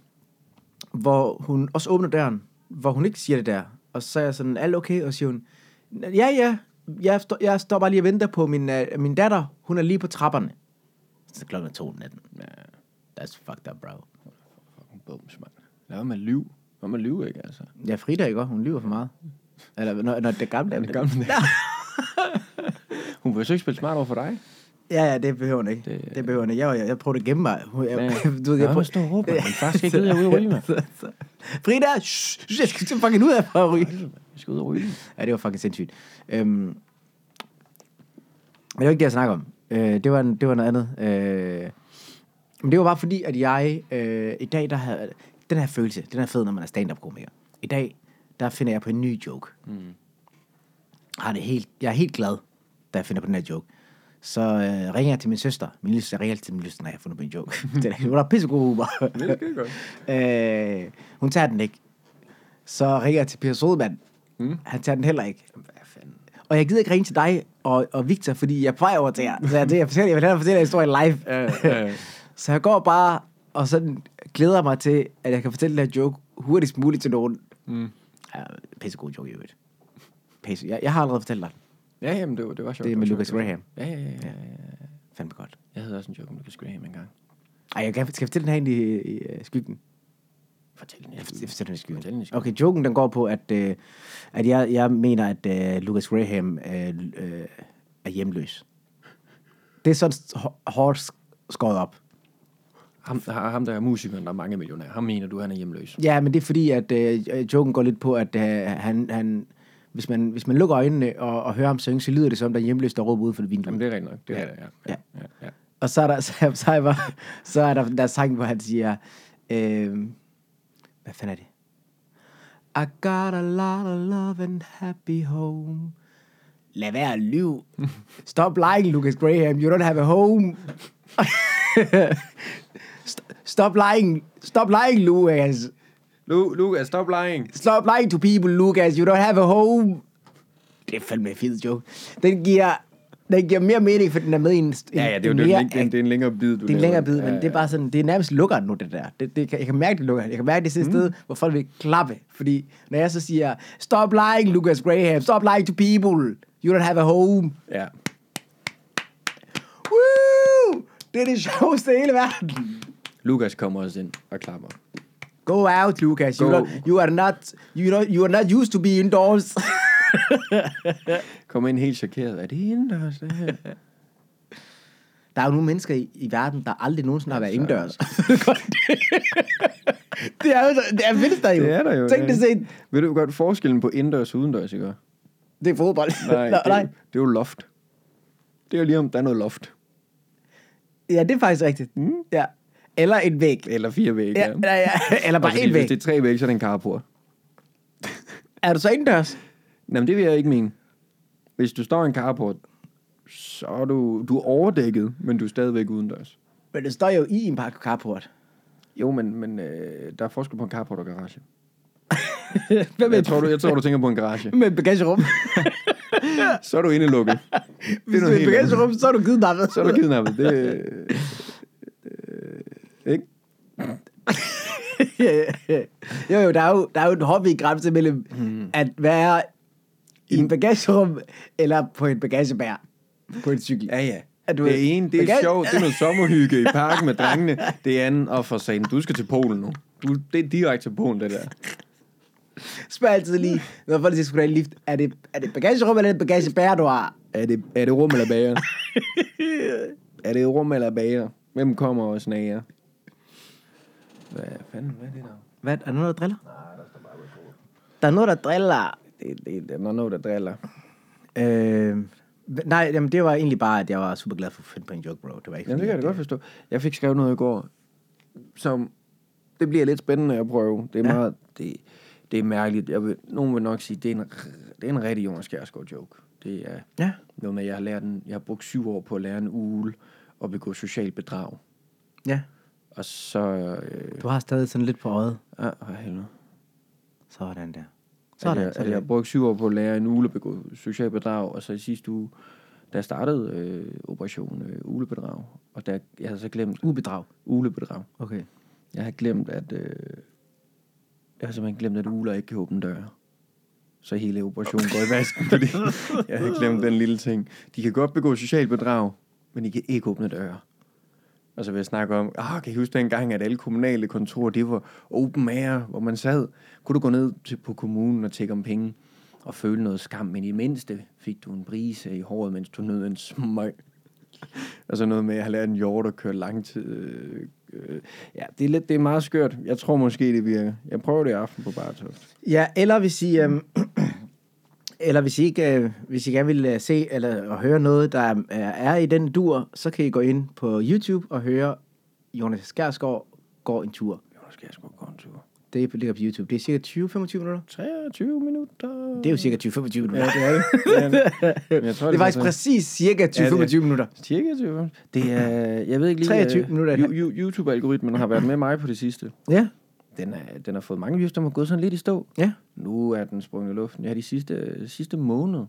Speaker 2: hvor hun også åbner døren, hvor hun ikke siger det der. Og så er jeg sådan, alt okay? Og siger hun, ja, ja, jeg, står- jeg står bare lige og venter på min, uh, min datter. Hun er lige på trapperne. Så klokken er to om natten. That's fucked up, bro.
Speaker 1: Fucking bums, mand. Lad være med at lyve. Lad være med at lyve, ikke altså.
Speaker 2: Ja, Frida, ikke også? Hun lyver for meget. Eller, når, når det er gamle dame.
Speaker 1: Det gamle dage. Hun vil jo ikke spille smart over for dig.
Speaker 2: Ja, ja, det behøver hun ikke. Det,
Speaker 1: Det-
Speaker 2: det behøver hun ikke. Jeg, jeg, jeg prøvede at gemme mig. Jeg,
Speaker 1: Ja.
Speaker 2: du, ved, jeg
Speaker 1: Nå, men stå og råb, mand. Min far skal ikke vide, jeg er ude at ryge, mand.
Speaker 2: Så- så- Frida, shh, shh, jeg skal til fucking ud af for at ryge.
Speaker 1: Jeg skal ud og ryge.
Speaker 2: Ja, det var fucking sindssygt. Øhm, men det var ikke det, jeg snakker om. Øh, det, var, det var noget andet. Øh, men det var bare fordi, at jeg øh, i dag, der havde, den her følelse, den er fed, når man er stand-up-komiker. I dag, der finder jeg på en ny joke.
Speaker 1: Mm.
Speaker 2: Har det helt, jeg er helt glad, da jeg finder på den her joke. Så øh, ringer jeg til min søster. Min lille, jeg ringer altid til min lille søster, når jeg har fundet på en joke. det er, hun er pissegod humor.
Speaker 1: godt.
Speaker 2: Øh, hun tager den ikke. Så ringer jeg til Per Sodemann. Mm. Han tager den heller ikke. Og jeg gider ikke ringe til dig og, og Victor, fordi jeg er på vej over til jer. Så jeg, jeg, fortæller, jeg vil hellere fortælle historien live.
Speaker 1: ja.
Speaker 2: så jeg går bare og sådan glæder mig til, at jeg kan fortælle den her joke hurtigst muligt til nogen. Mm. Ja, pissegod joke i øvrigt. Pisse. Jeg, jeg har allerede fortalt dig. den.
Speaker 1: Ja, jamen, det var, det var sjovt.
Speaker 2: Det er med
Speaker 1: var sjovt,
Speaker 2: Lucas
Speaker 1: var-
Speaker 2: Graham.
Speaker 1: Ja, ja, ja, ja, ja.
Speaker 2: Fandme godt.
Speaker 1: Jeg havde også en joke om Lucas Graham engang.
Speaker 2: Ej, jeg kan, skal jeg fortælle den her egentlig i, i, øh, skyggen?
Speaker 1: Fortæl den.
Speaker 2: Jeg fortæller, jeg fortæller den i skyggen.
Speaker 1: Fortæl den i skyggen.
Speaker 2: Okay, joken den går på, at, øh, at jeg, jeg mener, at øh, Lucas Graham øh, øh, er hjemløs. Det er sådan hår- hårdt sk- skåret op.
Speaker 1: Ham, har- ham, der er musikeren, der er mange millionærer. Ham mener du, han er hjemløs.
Speaker 2: Ja, men det er fordi, at øh, joken går lidt på, at øh, han, han, hvis, man, hvis man lukker øjnene og, og hører ham synge, så lyder det som, der er en hjemløs, der råber ude for vinduet.
Speaker 1: Jamen, det er rent nok. Det
Speaker 2: Ja.
Speaker 1: er det, ja. Ja, ja, ja.
Speaker 2: Og så er der, så, så er der, så er der, der er sang, hvor han siger, øh, hvad fanden er det? I got a lot of love and happy home. Lad være at lyve. Stop lying, Lucas Graham. You don't have a home. St- Stop lying. Stop lying, Lucas.
Speaker 1: Lu, Lucas, stop lying.
Speaker 2: Stop lying to people, Lucas. You don't have a home. Det er fandme en fed joke. Den giver, den giver mere mening, for den er med i en,
Speaker 1: Ja, ja, det er jo
Speaker 2: en
Speaker 1: det, er
Speaker 2: mere
Speaker 1: jo en, læng- det er en længere bid, du
Speaker 2: det er en
Speaker 1: laver.
Speaker 2: længere bid, men
Speaker 1: Ja,
Speaker 2: det er bare sådan, det er nærmest lukker nu, det der. Det, det, kan- jeg kan mærke, det lukker. Jeg kan mærke, det er mm. sted, hvor folk vil klappe. Fordi når jeg så siger, stop lying, Lucas Graham, stop lying to people, you don't have a home.
Speaker 1: Ja.
Speaker 2: Woo! Det er det sjoveste i hele verden.
Speaker 1: Lucas kommer også ind og klapper.
Speaker 2: Go out, Lucas. You,
Speaker 1: Go.
Speaker 2: don't, you are not, you know, you are not used to be indoors.
Speaker 1: Kommer ind helt chokeret. Er det indendørs, det her?
Speaker 2: Der er jo nogle mennesker i, i verden, der aldrig nogensinde har været
Speaker 1: Altså.
Speaker 2: indendørs. det er jo, det er vildt der jo.
Speaker 1: Det er der jo.
Speaker 2: Tænk
Speaker 1: ja.
Speaker 2: det set.
Speaker 1: Ved du godt forskellen på indendørs og udendørs, ikke?
Speaker 2: Det er fodbold.
Speaker 1: Nej,
Speaker 2: Nå,
Speaker 1: det, Er, jo- det er jo loft. Det er jo lige om, der er noget loft.
Speaker 2: Ja, det er faktisk rigtigt. Mm. Ja. Eller en væg.
Speaker 1: Eller fire vægge.
Speaker 2: Ja, ja, ja. Eller bare
Speaker 1: Altså,
Speaker 2: en
Speaker 1: hvis
Speaker 2: væg.
Speaker 1: det er tre vægge, så er det en carport.
Speaker 2: Er du så indendørs?
Speaker 1: Jamen, det vil jeg ikke mene. Hvis du står i en carport, så er du, du er overdækket, men du er stadigvæk udendørs.
Speaker 2: Men det står jo i en par carport.
Speaker 1: Jo, men, men øh, der er forskel på en carport og garage.
Speaker 2: Hvem er
Speaker 1: Jeg tror, du, jeg tror, du tænker på en garage.
Speaker 2: med et bagagerum?
Speaker 1: Så er du indelukket. Det
Speaker 2: Hvis
Speaker 1: er
Speaker 2: du er
Speaker 1: noget
Speaker 2: i et
Speaker 1: helt andet.
Speaker 2: bagagerum, så er du kidnappet.
Speaker 1: Så er du kidnappet. Det, øh, øh, ikke?
Speaker 2: jo, jo, der er jo, der er jo en hobbygrænse mellem mm. at være i en bagagerum eller på en bagagebær på en cykel.
Speaker 1: Ja, ja.
Speaker 2: At du-
Speaker 1: det ene, det er
Speaker 2: Bagage-
Speaker 1: sjovt, det er noget sommerhygge i parken med drengene. Det andet, og for sagen, du skal til Polen nu. Du, det er direkte til Polen, det der.
Speaker 2: Spørg altid lige, når folk siger, skulle du have en lift, er det, er det bagagerum eller er det bagagebær, du har?
Speaker 1: Er det, er det rum eller bager? er det rum eller bager? Hvem kommer og snager? Hvad fanden, hvad er det der?
Speaker 2: Hvad, er der noget, der driller? der er noget, der driller.
Speaker 1: Det, det, det er noget, der driller.
Speaker 2: Øh, nej, jamen, det var egentlig bare, at jeg var super glad for at finde på en joke, bro. Det var ikke
Speaker 1: Jamen, det kan jeg da godt forstå. Jeg fik skrevet noget i går, som... Det bliver lidt spændende at prøve. Det er ja. meget... Det, det er mærkeligt. Jeg vil, nogen vil nok sige, det er en, r- det er en rigtig Jonas Kjærsgaard joke. Det er
Speaker 2: Ja.
Speaker 1: noget med, at jeg har, lært en, jeg har brugt syv år på at lære en ugle og begå social bedrag.
Speaker 2: Ja.
Speaker 1: Og så... Øh,
Speaker 2: Du har stadig sådan lidt på øjet.
Speaker 1: ah, for helvede.
Speaker 2: Sådan der.
Speaker 1: at
Speaker 2: Sådan,
Speaker 1: jeg, at jeg har
Speaker 2: sådan.
Speaker 1: brugt syv år på at lære en ugle at begå social bedrag, og så i sidste uge, der startede øh, operation øh, ulebedrag, og der, jeg havde så glemt
Speaker 2: Ubedrag.
Speaker 1: ulebedrag.
Speaker 2: Okay.
Speaker 1: Jeg har glemt, at... Øh, jeg har simpelthen glemt, at uler ikke kan åbne døre. Så hele operationen går i vasken, fordi jeg havde glemt den lille ting. De kan godt begå social bedrag, men de kan ikke åbne døre. Og så vil jeg snakke om, ah, kan I huske dengang, at alle kommunale kontorer, det var open air, hvor man sad. Kunne du gå ned til, på kommunen og tække om penge og føle noget skam, men i det mindste fik du en brise i håret, mens du nød en smøg. Og så noget med, at jeg har lært en hjort at køre lang tid. øh, øh. Ja, det er, lidt, det er meget skørt. Jeg tror måske, det virker. Jeg prøver det i aften på Bartoft.
Speaker 2: Ja, eller hvis I, øhm, eller hvis I, ikke, øh, hvis I gerne vil øh, se eller og høre noget, der øh, er i den dur, så kan I gå ind på YouTube og høre Jonas Skærsgaard går en tur.
Speaker 1: Jonas Kjærsgaard går en tur.
Speaker 2: Det ligger på YouTube. Det er cirka 20-25 minutter.
Speaker 1: 23 minutter.
Speaker 2: Det er jo cirka 20-25
Speaker 1: Ja,
Speaker 2: minutter.
Speaker 1: det er det. Men, men jeg tror,
Speaker 2: Det er faktisk
Speaker 1: sådan-
Speaker 2: præcis cirka 20-25
Speaker 1: Ja,
Speaker 2: minutter.
Speaker 1: Cirka 20 minutter. Det er, jeg ved ikke lige...
Speaker 2: 23
Speaker 1: øh,
Speaker 2: minutter.
Speaker 1: Ju- Ju- YouTube-algoritmen har været med mig på det sidste.
Speaker 2: Ja,
Speaker 1: Den, er, den har fået mange views, der har gået sådan lidt i stå.
Speaker 2: ja.
Speaker 1: Nu er den sprunget i luften. Jeg har de sidste, sidste måned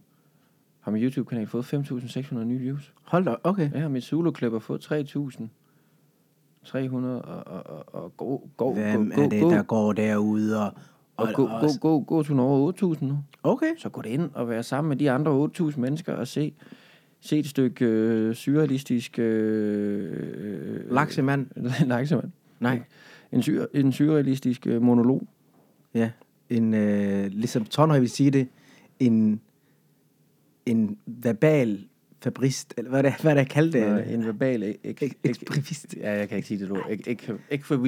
Speaker 1: har min YouTube-kanal fået 5.600 nye views.
Speaker 2: Hold da, okay.
Speaker 1: Jeg har mit soloklip har fået 3.300 og, og, og, og gå, gå, gå,
Speaker 2: Hvem
Speaker 1: gå,
Speaker 2: er det,
Speaker 1: gå,
Speaker 2: der går derude og...
Speaker 1: og gå, gå, gå, gå, gå, over 8.000 nu.
Speaker 2: Okay.
Speaker 1: Så gå det ind og være sammen med de andre 8.000 mennesker og se, se et stykke øh, surrealistisk... Øh, øh,
Speaker 2: Laksemand.
Speaker 1: laksemand.
Speaker 2: Nej.
Speaker 1: En, syr, en surrealistisk øh, monolog.
Speaker 2: Ja. En, øh, ligesom Tonhøj vil sige det, en, en verbal fabrist, eller hvad er det, hvad er det, jeg kaldte det?
Speaker 1: Øh, en verbal... Ek, ek,
Speaker 2: Ek- ekbrivist.
Speaker 1: Ja, jeg kan ikke sige det ord. Ek, ek, ek, sådan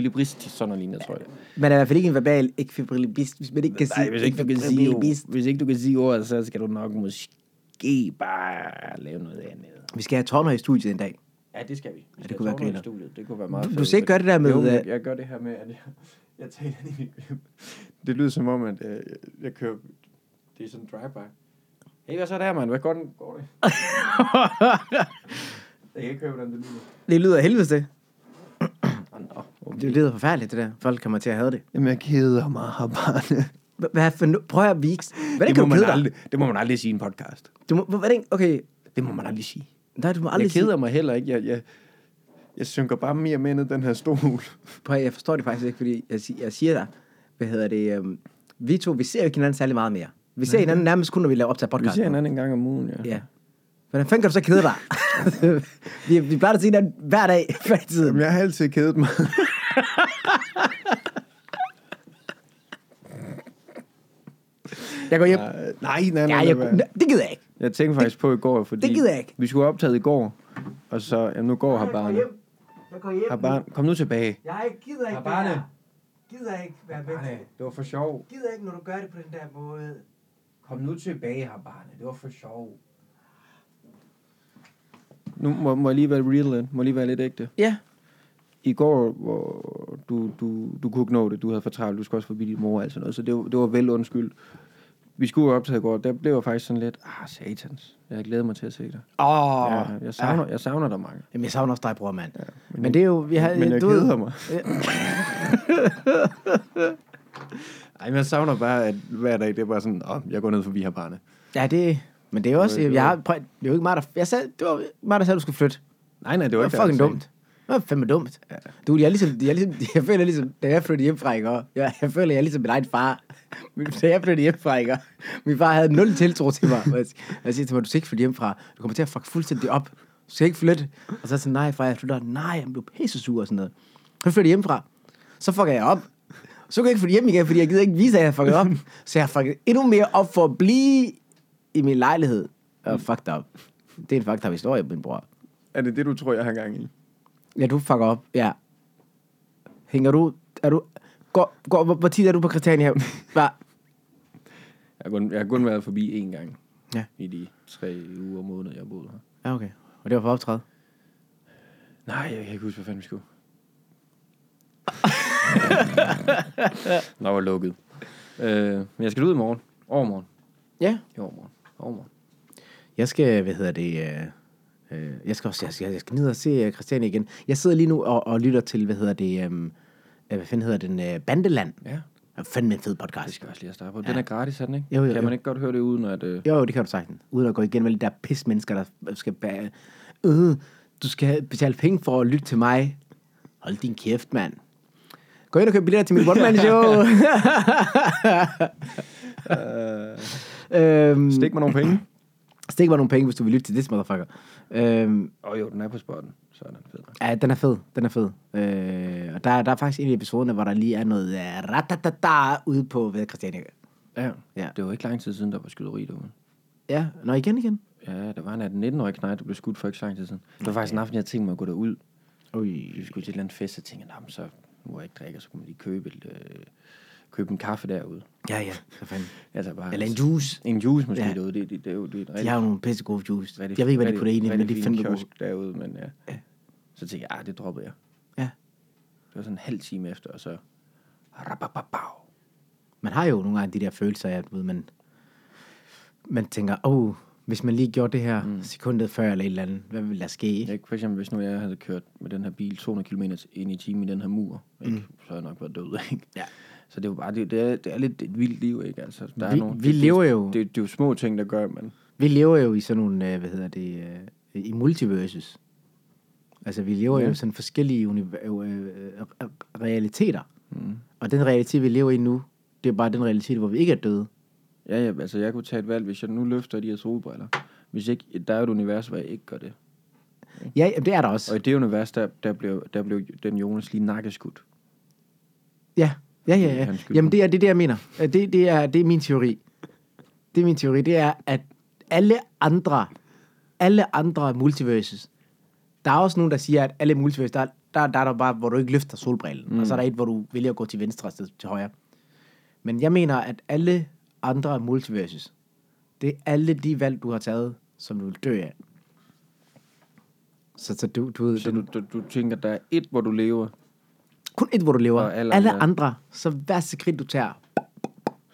Speaker 1: noget lignende, tror jeg.
Speaker 2: Man er i hvert fald ikke en verbal ekfibrilibist, hvis man ikke kan sige
Speaker 1: Nej, hvis ikke, du kan sige, ord- hvis ikke du kan sige ordet, så skal du nok måske bare lave noget andet.
Speaker 2: Vi skal have Tonhøj i studiet en dag.
Speaker 1: Ja, det skal vi.
Speaker 2: det kunne være grineren.
Speaker 1: studiet. Det kunne være meget
Speaker 2: Du- du
Speaker 1: fedt,
Speaker 2: skal ikke gøre det der med,
Speaker 1: Jo, jeg,
Speaker 2: øh,
Speaker 1: jeg gør det her med, at jeg, jeg taler ind i mit- Det lyder som om, at øh, jeg kører... Det er sådan en drive-by. Hey, hvad så der, mand? Hvad går, den? går det? jeg kan ikke høre, hvordan det lyder.
Speaker 2: Det lyder af helvede til.
Speaker 1: Oh, no.
Speaker 2: Det lyder forfærdeligt, det der. Folk kommer til at have det.
Speaker 1: Jamen, jeg keder mig her bare.
Speaker 2: Hva- Hvad for nu? Prøv at vise. Hvordan
Speaker 1: det, må
Speaker 2: kan du
Speaker 1: man
Speaker 2: kede dig?
Speaker 1: aldrig, det må man aldrig sige i en podcast.
Speaker 2: Du må, hvordan, okay,
Speaker 1: Det må man aldrig sige.
Speaker 2: nej, du må aldrig
Speaker 1: Jeg keder mig heller ikke. Jeg, jeg, jeg synker bare mere med ned i den her stol.
Speaker 2: Prøv, at- jeg forstår det faktisk ikke, fordi jeg, si- jeg siger dig, hvad hedder det, øhm, vi to, vi ser jo ikke hinanden særlig meget mere. Vi ser hinanden nærmest kun, når vi laver optaget
Speaker 1: Vi
Speaker 2: podcast.
Speaker 1: ser hinanden en gang om ugen, ja.
Speaker 2: Ja. Hvordan fanden kan du så kede dig? vi, vi plejer at se hinanden hver dag, hver tid.
Speaker 1: Jamen, jeg har altid kedet mig.
Speaker 2: Jeg går hjem.
Speaker 1: Nej, Øh, nej, nej.
Speaker 2: Ja,
Speaker 1: nej,
Speaker 2: jeg,
Speaker 1: nej.
Speaker 2: det gider jeg ikke.
Speaker 1: Jeg tænkte faktisk på i går, fordi
Speaker 2: det gider jeg ikke.
Speaker 1: vi skulle have optaget i går, og så, jamen, nu går har barnet.
Speaker 2: Jeg går hjem.
Speaker 1: Har barn, kom nu tilbage.
Speaker 2: Jeg gider
Speaker 1: ikke Habane. være-
Speaker 2: Gider ikke være
Speaker 1: det var for sjov.
Speaker 2: Gider ikke, når du gør det på den der måde.
Speaker 1: Kom nu tilbage, har barnet. Det var for sjov. Nu må, må jeg lige være real, lidt. må jeg lige være lidt ægte.
Speaker 2: Ja.
Speaker 1: I går, hvor du, du, du kunne ikke nå det, du havde for travlt, du skulle også forbi din mor og alt sådan noget, så det, var- det var vel undskyld. Vi skulle jo optage i går, der blev jeg faktisk sådan lidt, ah, satans, jeg glæder mig til at se dig.
Speaker 2: Åh.
Speaker 1: Ja, jeg, savner, jeg savner dig mange.
Speaker 2: Jamen, jeg savner også dig, bror, mand. Ja, men, men det er jo... Vi har,
Speaker 1: men jeg
Speaker 2: du ved-
Speaker 1: keder mig. Ej, men jeg savner bare, at hver dag, det er bare sådan, åh, jeg går ned forbi her barne.
Speaker 2: Ja, det... Men det er jo også...
Speaker 1: Det var-
Speaker 2: Jeg har, prøv, det er jo ikke mig, der... Jeg sagde, det var mig, der sagde, du skulle flytte.
Speaker 1: Nej, nej, det
Speaker 2: Det
Speaker 1: var
Speaker 2: var
Speaker 1: ikke altså- jeg
Speaker 2: fucking
Speaker 1: sagde.
Speaker 2: dumt. Det var fandme dumt. Ja. Du, jeg, er ligesom, jeg, er ligesom, jeg føler ligesom, da jeg flyttede hjem fra ikke, og jeg, jeg føler, jeg er ligesom min egen far. Min- Da jeg flyttede hjem fra ikke, og min far havde nul tiltro til mig. Og Jeg, siger- jeg siger til mig, du skal ikke flytte hjem fra. Du kommer til at fuck fuldstændig op. Du skal ikke flytte. Og så er jeg sådan, nej far, jeg flytter. Nej, jeg blev pisse sur og sådan noget. Så flyttede jeg hjem fra. Så fucker jeg op. Så kan jeg ikke flytte hjem igen, fordi jeg gider ikke vise, at jeg har fucket op. Så jeg har fucket endnu mere op for at blive i min lejlighed. Og fucked up. Det er en fucked up historie, min bror.
Speaker 3: Er det det, du tror, jeg har gang i?
Speaker 2: Ja, du fucker op. Ja. Hænger du... Er du... Går, går, hvor, hvor tit er du på Christiania? Hva?
Speaker 1: Jeg har kun, jeg har kun været forbi én gang
Speaker 2: Ja.
Speaker 1: i de tre uger og måneder, jeg har boet her.
Speaker 2: Ja, okay. Og det var for optræde.
Speaker 1: Nej, jeg kan ikke huske, hvad fanden vi skulle. Nå, var lukket. Øh, men jeg skal ud i morgen. Overmorgen.
Speaker 2: Ja.
Speaker 1: I overmorgen. Overmorgen.
Speaker 2: Jeg skal, hvad hedder det... Øh, øh, jeg skal også jeg skal, jeg skal ned og se øh, Christiania igen. Jeg sidder lige nu og, og lytter til, hvad hedder det... Øh, øh, hvad fanden hedder den? Øh, Bandeland.
Speaker 1: Ja.
Speaker 2: Ja. Fandme en fed
Speaker 1: Det
Speaker 2: podcast.
Speaker 1: skal jeg også lige have startet på. Den er gratis, er den ikke?
Speaker 2: Jo, jo,
Speaker 1: kan
Speaker 2: jo.
Speaker 1: man ikke godt høre det uden at... Øh,
Speaker 2: Jo, jo, det kan du sagtens. Uden at gå igennem alle de der pis mennesker, der skal bære... Øh, du skal betale penge for at lytte til mig. Hold din kæft, mand. Gå ind og køb billetter til mit one-man-show. øhm,
Speaker 1: Stik mig nogle penge.
Speaker 2: stik mig nogle penge, hvis du vil lytte til det, motherfucker. Øhm,
Speaker 1: Åh oh, jo, den er på spotten. Så er den fed. nok.
Speaker 2: Ja, den er fed. Den er fed. Øh, og der, der er faktisk en af episoderne, hvor der lige er noget uh, ratatata ude på ved Christiania.
Speaker 1: Ja.
Speaker 2: Ja.
Speaker 1: ja. Det var ikke lang tid siden, der var skyderi derude.
Speaker 2: Ja, nå igen igen.
Speaker 1: Ja, der var en 19-årig knægt, der blev skudt for ikke så lang tid siden. Det var faktisk en aften, jeg tænkte mig at gå derud.
Speaker 2: Ui.
Speaker 1: Vi skulle til et eller andet fest, og tænkte, jeg, "Nå, men så må jeg ikke drikke, og så kunne man lige købe, et, øh, købe en kaffe derude.
Speaker 2: Ja, ja, for fanden.
Speaker 1: Altså bare,
Speaker 2: Eller en juice.
Speaker 1: En juice måske
Speaker 2: Ja.
Speaker 1: ja. derude, det, det, det, er jo det er en rigtig,
Speaker 2: De har jo nogle pisse gode juice. jeg ved ikke, hvad de putter ind i, men det er fandme gode.
Speaker 1: gode. derude, men ja. Så tænkte jeg, ah, det droppede jeg.
Speaker 2: Ja.
Speaker 1: Det var sådan en halv time efter, og så... Rabababau.
Speaker 2: Man har jo nogle gange de der følelser, at ved, man, man tænker, åh, oh, hvis man lige gjorde det her mm. sekundet før eller et eller andet, hvad ville der ske?
Speaker 1: Ja,
Speaker 2: ikke?
Speaker 1: ikke? for eksempel, hvis nu jeg havde kørt med den her bil 200 km ind i timen i den her mur, ikke? Mm. så havde jeg nok været død, ikke?
Speaker 2: Ja.
Speaker 1: Så det er jo bare, det, det, er, det er lidt et vildt liv, ikke? Altså, der
Speaker 2: Vi-
Speaker 1: er nogle,
Speaker 2: vi
Speaker 1: det- det-
Speaker 2: lever jo-
Speaker 1: Det, det, er jo små ting, der gør, man.
Speaker 2: Vi lever jo i sådan nogle, øh, hvad hedder det, øh, i multiverses. Altså, vi lever ja. jo i sådan forskellige univer- øh, øh, øh, realiteter. Mm. Og den realitet, vi lever i nu, det er bare den realitet, hvor vi ikke er døde.
Speaker 1: Ja, ja, altså jeg kunne tage et valg, hvis jeg nu løfter de her solbriller. Hvis ikke, der er jo et univers, hvor jeg ikke gør det.
Speaker 2: Ja, jamen, det er der
Speaker 1: Og i
Speaker 2: også.
Speaker 1: det univers, der, der, blev, der blev den Jonas lige nakkeskudt.
Speaker 2: Ja, ja, ja.
Speaker 1: Det er
Speaker 2: ja.
Speaker 1: hans skyld.
Speaker 2: Jamen, det er det, er det, jeg mener. Øh, Det, det, er, det er min teori. Det er min teori, det er, at alle andre, alle andre multiverses, der er også nogen, der siger, at alle multiverses, der, der, der er der bare, hvor du ikke løfter solbrillen, mm. og så er der et, hvor du vælger at gå til venstre i stedet for til højre. Men jeg mener, at alle andre multiverses, det er alle de valg, du har taget, som du vil dø af. Så, så du, du, ved,
Speaker 1: Så
Speaker 2: den,
Speaker 1: du, du, du tænker, der er et, hvor du lever,
Speaker 2: kun et, hvor du lever.
Speaker 1: Og alle
Speaker 2: alle
Speaker 1: andre-
Speaker 2: andre, så hver sekund, du tager,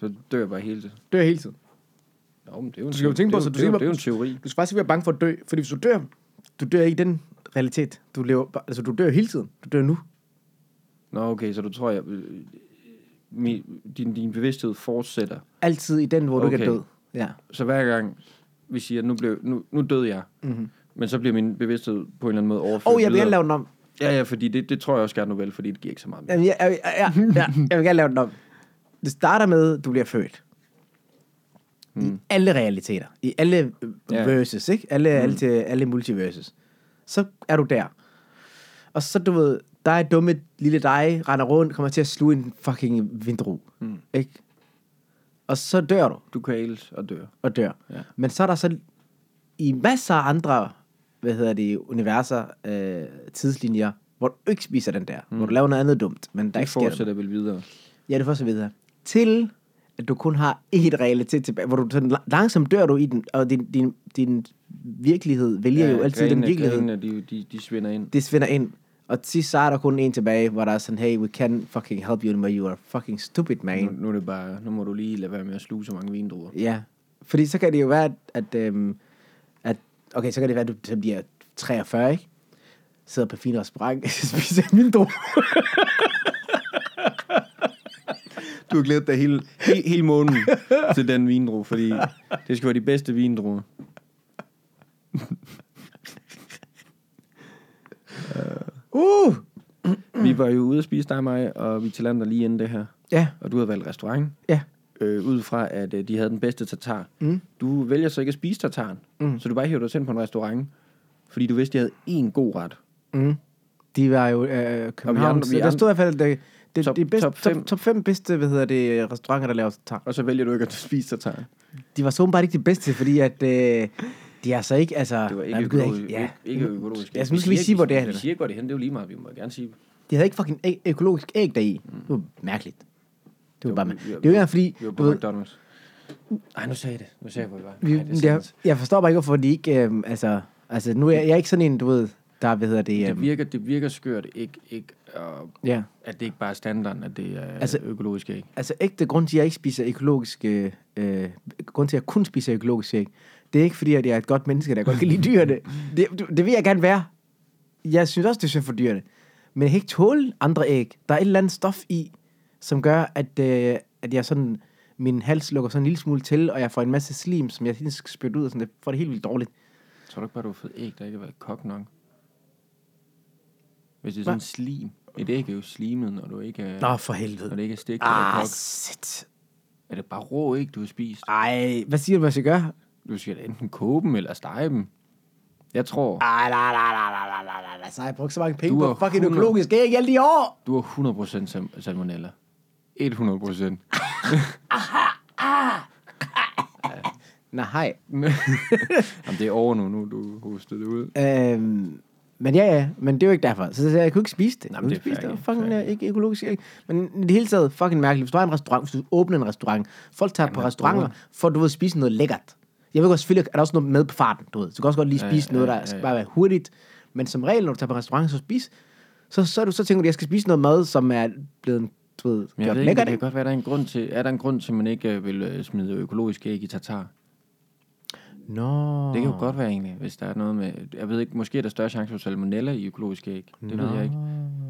Speaker 1: så dør jeg bare hele tiden.
Speaker 2: dør hele tiden.
Speaker 1: Nå, men det er jo en,
Speaker 2: Du skal jo tænke på,
Speaker 1: det,
Speaker 2: så
Speaker 1: er
Speaker 2: du
Speaker 1: det, er jo-
Speaker 2: skal-
Speaker 1: det er jo en teori.
Speaker 2: Du skal faktisk ikke være bange for at dø, fordi hvis du dør, du dør ikke i den realitet. Du, lever, altså, du dør hele tiden. Du dør nu.
Speaker 1: Nå, okay, så du tror, jeg... øh, mi- Din, din bevidsthed fortsætter.
Speaker 2: Altid i den, hvor du okay. ikke er
Speaker 1: Okay.
Speaker 2: død. Ja.
Speaker 1: Så hver gang vi siger, nu, blev, nu, nu døde jeg, mm-hmm. men så bliver min bevidsthed på en eller anden måde overført
Speaker 2: Mhm. Åh, oh, jeg vil
Speaker 1: videre.
Speaker 2: gerne lave den om.
Speaker 1: Ja, ja, fordi det, det tror jeg også gerne nu vel, fordi det giver ikke så meget mere.
Speaker 2: Jamen, jeg, jeg, jeg, jeg, jeg, jeg vil gerne lave den om. Det starter med, at du bliver født. I alle realiteter. I alle øh,
Speaker 1: Hmm. Ja. Hmm.
Speaker 2: verses, ikke? Alle, mm. alle, til, alle multiverses. Så er du der. Og så, du ved, dig dumme lille dig, render rundt, kommer til at sluge en fucking vindru.
Speaker 1: Hmm.
Speaker 2: Mm. Ikke? Og så dør du.
Speaker 1: Du kvæles og dør.
Speaker 2: og dør. Ja.
Speaker 1: Ja.
Speaker 2: Men så er der så i masser af andre, hvad hedder det, universer, øh, tidslinjer, hvor du ikke spiser den der, mm. hvor du laver noget andet dumt, men der
Speaker 1: Det
Speaker 2: ikke sker noget.
Speaker 1: fortsætter vel videre.
Speaker 2: Ja, det får så videre. Til at du kun har et realitet tilbage, hvor du sådan la- langsomt dør du i den, og din, din, din virkelighed vælger ja, jo altid
Speaker 1: grenene,
Speaker 2: den virkelighed.
Speaker 1: Grenene, de, de, de svinder ind.
Speaker 2: Det svinder ind. Og til sidst så er der kun en tilbage, hvor der er sådan, hey, we can fucking help you, but you are fucking stupid, man.
Speaker 1: Nu, nu, er det bare, nu må du lige lade være med at sluge så mange vindruer.
Speaker 2: Ja, fordi så kan det jo være, at, at, øhm, at okay, så kan det være, at du så bliver 43, ikke? Sidder på fin restaurant, spiser min dog.
Speaker 1: Du har glædet dig hele, hele, hele måneden til den vindru, fordi det skal være de bedste vindruer.
Speaker 2: Uh!
Speaker 1: Vi var jo ude at spise dig og mig, og vi tillander lige inden det her.
Speaker 2: Ja,
Speaker 1: Og du havde valgt restaurant,
Speaker 2: ja.
Speaker 1: øh, ud fra at øh, de havde den bedste tatar.
Speaker 2: Mm.
Speaker 1: Du vælger så ikke at spise tataren, mm. så du bare hiver dig selv på en restaurant, fordi du vidste, at de havde én god ret.
Speaker 2: Mm. De var jo øh, København.
Speaker 1: andre-
Speaker 2: Andre,
Speaker 1: vi
Speaker 2: så der
Speaker 1: andre-
Speaker 2: stod i hvert fald, det,
Speaker 1: Top-
Speaker 2: det, top, de bedste,
Speaker 1: top
Speaker 2: top,
Speaker 1: fem.
Speaker 2: top, top fem bedste hvad hedder det, restauranter, der laver tarm.
Speaker 1: Og så vælger du ikke at spise tataren.
Speaker 2: De var så åbenbart ikke de bedste, fordi at, øh, de er så ikke... Altså,
Speaker 1: Det var ikke,
Speaker 2: nej, vi gider
Speaker 1: økologisk. Ikke,
Speaker 2: Ja.
Speaker 1: ja. ikke, økologisk.
Speaker 2: Altså, nu skal vi
Speaker 1: siger
Speaker 2: sige, hvor det er
Speaker 1: Vi
Speaker 2: henne.
Speaker 1: siger ikke, hvor det er henne. Det er jo lige meget. Vi må gerne sige.
Speaker 2: De havde ikke fucking æg, økologisk æg deri. Mm. Det var mærkeligt. Det var bare
Speaker 1: vi-
Speaker 2: mærkeligt.
Speaker 1: vi-
Speaker 2: Det er jo ikke engang fordi...
Speaker 1: Vi var på
Speaker 2: du ved,
Speaker 1: McDonald's. Ej, nu sagde jeg det. Nu sagde jeg, hvor vi var.
Speaker 2: vi,
Speaker 1: Ej, det er
Speaker 2: jeg,
Speaker 1: sandt.
Speaker 2: jeg forstår bare ikke, hvorfor de ikke... Øh, altså, altså, nu er jeg, jeg er ikke sådan en, du ved, der, hvad hedder det...
Speaker 1: det,
Speaker 2: Øh,
Speaker 1: virker, det virker skørt, ikke, ikke, og,
Speaker 2: ja.
Speaker 1: at det ikke bare er standarden, at det er altså,
Speaker 2: Altså-
Speaker 1: økologisk æg.
Speaker 2: Altså ægte grund til, at jeg ikke spiser økologisk... Øh, øh, grund til, at jeg kun spiser økologisk æg, det er ikke fordi, at jeg er et godt menneske, der godt kan lide dyrene. Det, du- det vil jeg gerne være. Jeg synes også, det er synd for dyrene. Men jeg kan ikke tåle andre æg. Der er et eller andet stof i, som gør, at, øh, at jeg sådan... Min hals lukker sådan en lille smule til, og jeg får en masse slim, som jeg hele tiden skal spytte ud, og sådan, jeg får det helt vildt dårligt.
Speaker 1: Tror du ikke bare, du har fået æg, der ikke har været kok nok? Hvis det er sådan en
Speaker 2: Hva?
Speaker 1: slim. Et æg er jo slimet, når du ikke er,
Speaker 2: Nå, for
Speaker 1: når
Speaker 2: helvede.
Speaker 1: det ikke er stegt eller
Speaker 2: Ah,
Speaker 1: kok.
Speaker 2: shit.
Speaker 1: Er det bare rå æg, du har spist?
Speaker 2: Ej, hvad siger du, hvad jeg skal gøre?
Speaker 1: Du skal da enten koge dem eller stege dem. Jeg tror,
Speaker 2: Ej, nej, nej, nej, nej, nej, nej, nej, nej. Så har jeg brugt så mange penge
Speaker 1: Du
Speaker 2: på
Speaker 1: er
Speaker 2: fucking
Speaker 1: 100.
Speaker 2: økologisk æg i alle de år.
Speaker 1: du har 100% sal- salmonella. 100%.
Speaker 2: Nej, hej.
Speaker 1: Jamen, det er over nu, nu du hostede det ud.
Speaker 2: Øhm, men ja, ja, men det er jo ikke derfor. Så, så jeg kunne ikke spise det.
Speaker 1: Nå,
Speaker 2: Nej,
Speaker 1: men
Speaker 2: men
Speaker 1: det
Speaker 2: det
Speaker 1: er
Speaker 2: spise
Speaker 1: fair, ikke?
Speaker 2: det. var Fucking
Speaker 1: Fair.
Speaker 2: øh, ikke økologisk æg. Men i det hele taget, fucking mærkeligt. Hvis du har en restaurant, hvis du åbner en restaurant, folk tager på restauranter for, du ved, at spise noget lækkert. Jeg ved godt, selvfølgelig er der også noget med på farten, du ved. Så du kan også godt lige
Speaker 1: Ja,
Speaker 2: spise
Speaker 1: ja,
Speaker 2: noget,
Speaker 1: ja,
Speaker 2: der
Speaker 1: ja,
Speaker 2: skal
Speaker 1: ja.
Speaker 2: bare være hurtigt. Men som regel, når du tager på restaurant, så spis, så, så, er du, så tænker du, jeg skal spise noget mad, som er blevet, du ved,
Speaker 1: Men jeg
Speaker 2: gjort
Speaker 1: ved ikke, det
Speaker 2: lækkert.
Speaker 1: kan
Speaker 2: Ikke?
Speaker 1: godt være, der er en grund til, er der en grund til, at man ikke øh, vil øh, smide økologisk æg i tartar?
Speaker 2: Nå.
Speaker 1: Det kan jo godt være egentlig, hvis der er noget med... Jeg ved ikke, måske er der større chance for salmonella i økologisk æg. Det ved jeg ikke.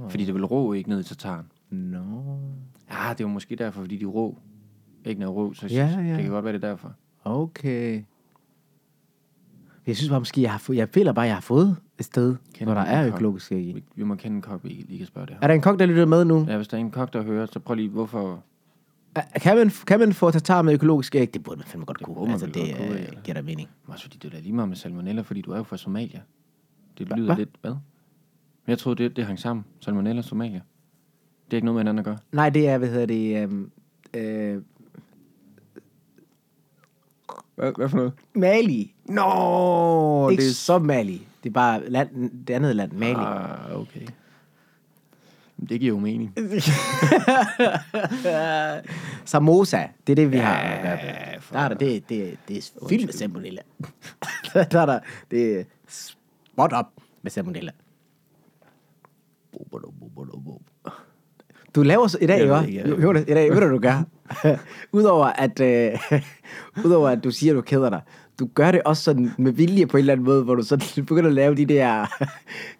Speaker 1: Fordi det vil rå ikke ned i tataren.
Speaker 2: Nå.
Speaker 1: Ah, det er jo måske derfor, fordi de er rå. Ikke er rå, så
Speaker 2: Ja, ja.
Speaker 1: det kan godt være, det er derfor.
Speaker 2: Okay. Jeg synes bare måske, jeg har fået, jeg føler bare, jeg har fået et sted,
Speaker 1: Kender
Speaker 2: Kender hvor
Speaker 1: du
Speaker 2: der
Speaker 1: en
Speaker 2: er
Speaker 1: kok?
Speaker 2: økologisk æg i.
Speaker 1: Vi, vi må kende en kok, vi lige kan spørge det her.
Speaker 2: Er der en kok, der lytter med nu?
Speaker 1: Ja, hvis der er en kok, der hører, så prøv lige, hvorfor...
Speaker 2: Er- Kan, man, kan man få tatar med økologisk æg? Det burde man fandme godt
Speaker 1: burde
Speaker 2: kunne.
Speaker 1: man
Speaker 2: Altså,
Speaker 1: vel
Speaker 2: det
Speaker 1: godt kunne,
Speaker 2: øh,
Speaker 1: eller?
Speaker 2: giver da mening.
Speaker 1: Men Også altså, fordi det er da lige meget med salmonella, fordi du er jo fra Somalia. Det lyder
Speaker 2: hva?
Speaker 1: lidt... Hvad? Men jeg troede, det, det hang sammen. Salmonella og Somalia. Det er ikke noget med hinanden at gøre.
Speaker 2: Nej, det er, hvad hedder det... øhm, Øh,
Speaker 1: Hvad, hvad for noget?
Speaker 2: Mali.
Speaker 1: Nå,
Speaker 2: Ikke så Mali. Det er bare land, det andet land, Mali.
Speaker 1: Ah, okay. Men Det giver jo mening.
Speaker 2: Samosa, det er det, vi har
Speaker 1: Ja,
Speaker 2: at gøre med. Der er der, det, det, det er fyldt med salmonella. der er der, det er spot op med salmonella. Du laver så i dag,
Speaker 1: Jeg
Speaker 2: ikke?
Speaker 1: ved ikke, jeg-
Speaker 2: Jo, Jonas, I dag, ved du, hvad du gør? udover, at, øh, udover at du siger, at du keder dig, du gør det også sådan med vilje på en eller anden måde, hvor du sådan begynder at lave de der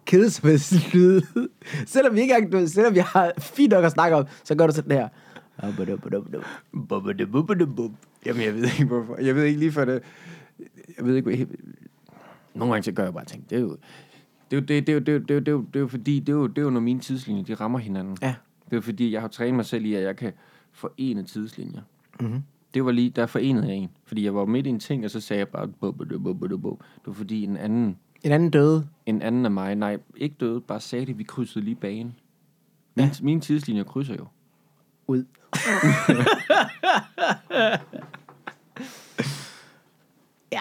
Speaker 2: kedsomhedslyde. selvom vi ikke engang, du ved, selvom vi har fint nok at snakke om, så gør du sådan her.
Speaker 1: Jamen, jeg ved ikke, hvorfor. Jeg ved ikke lige for det. Jeg ved ikke, hvad- Nogle gange så gør jeg bare ting. Det er jo... Det er jo, det, det, er jo- det, er jo- det, er jo- det, er jo- det er jo fordi, det er jo, det er jo når mine tidslinjer, de rammer hinanden.
Speaker 2: Ja.
Speaker 1: Det er fordi, jeg har trænet mig selv i, at jeg kan forene tidslinjer. Mm-hmm. Det var lige, der forenede jeg en. Fordi jeg var midt i en ting, og så sagde jeg bare... Bub, bub, bub, bub, bub. Det var fordi en anden,
Speaker 2: En anden døde.
Speaker 1: en anden af mig, nej, ikke døde, bare sagde det, vi krydsede lige banen. Min, ja. Mine tidslinjer krydser jo.
Speaker 2: ud. ja.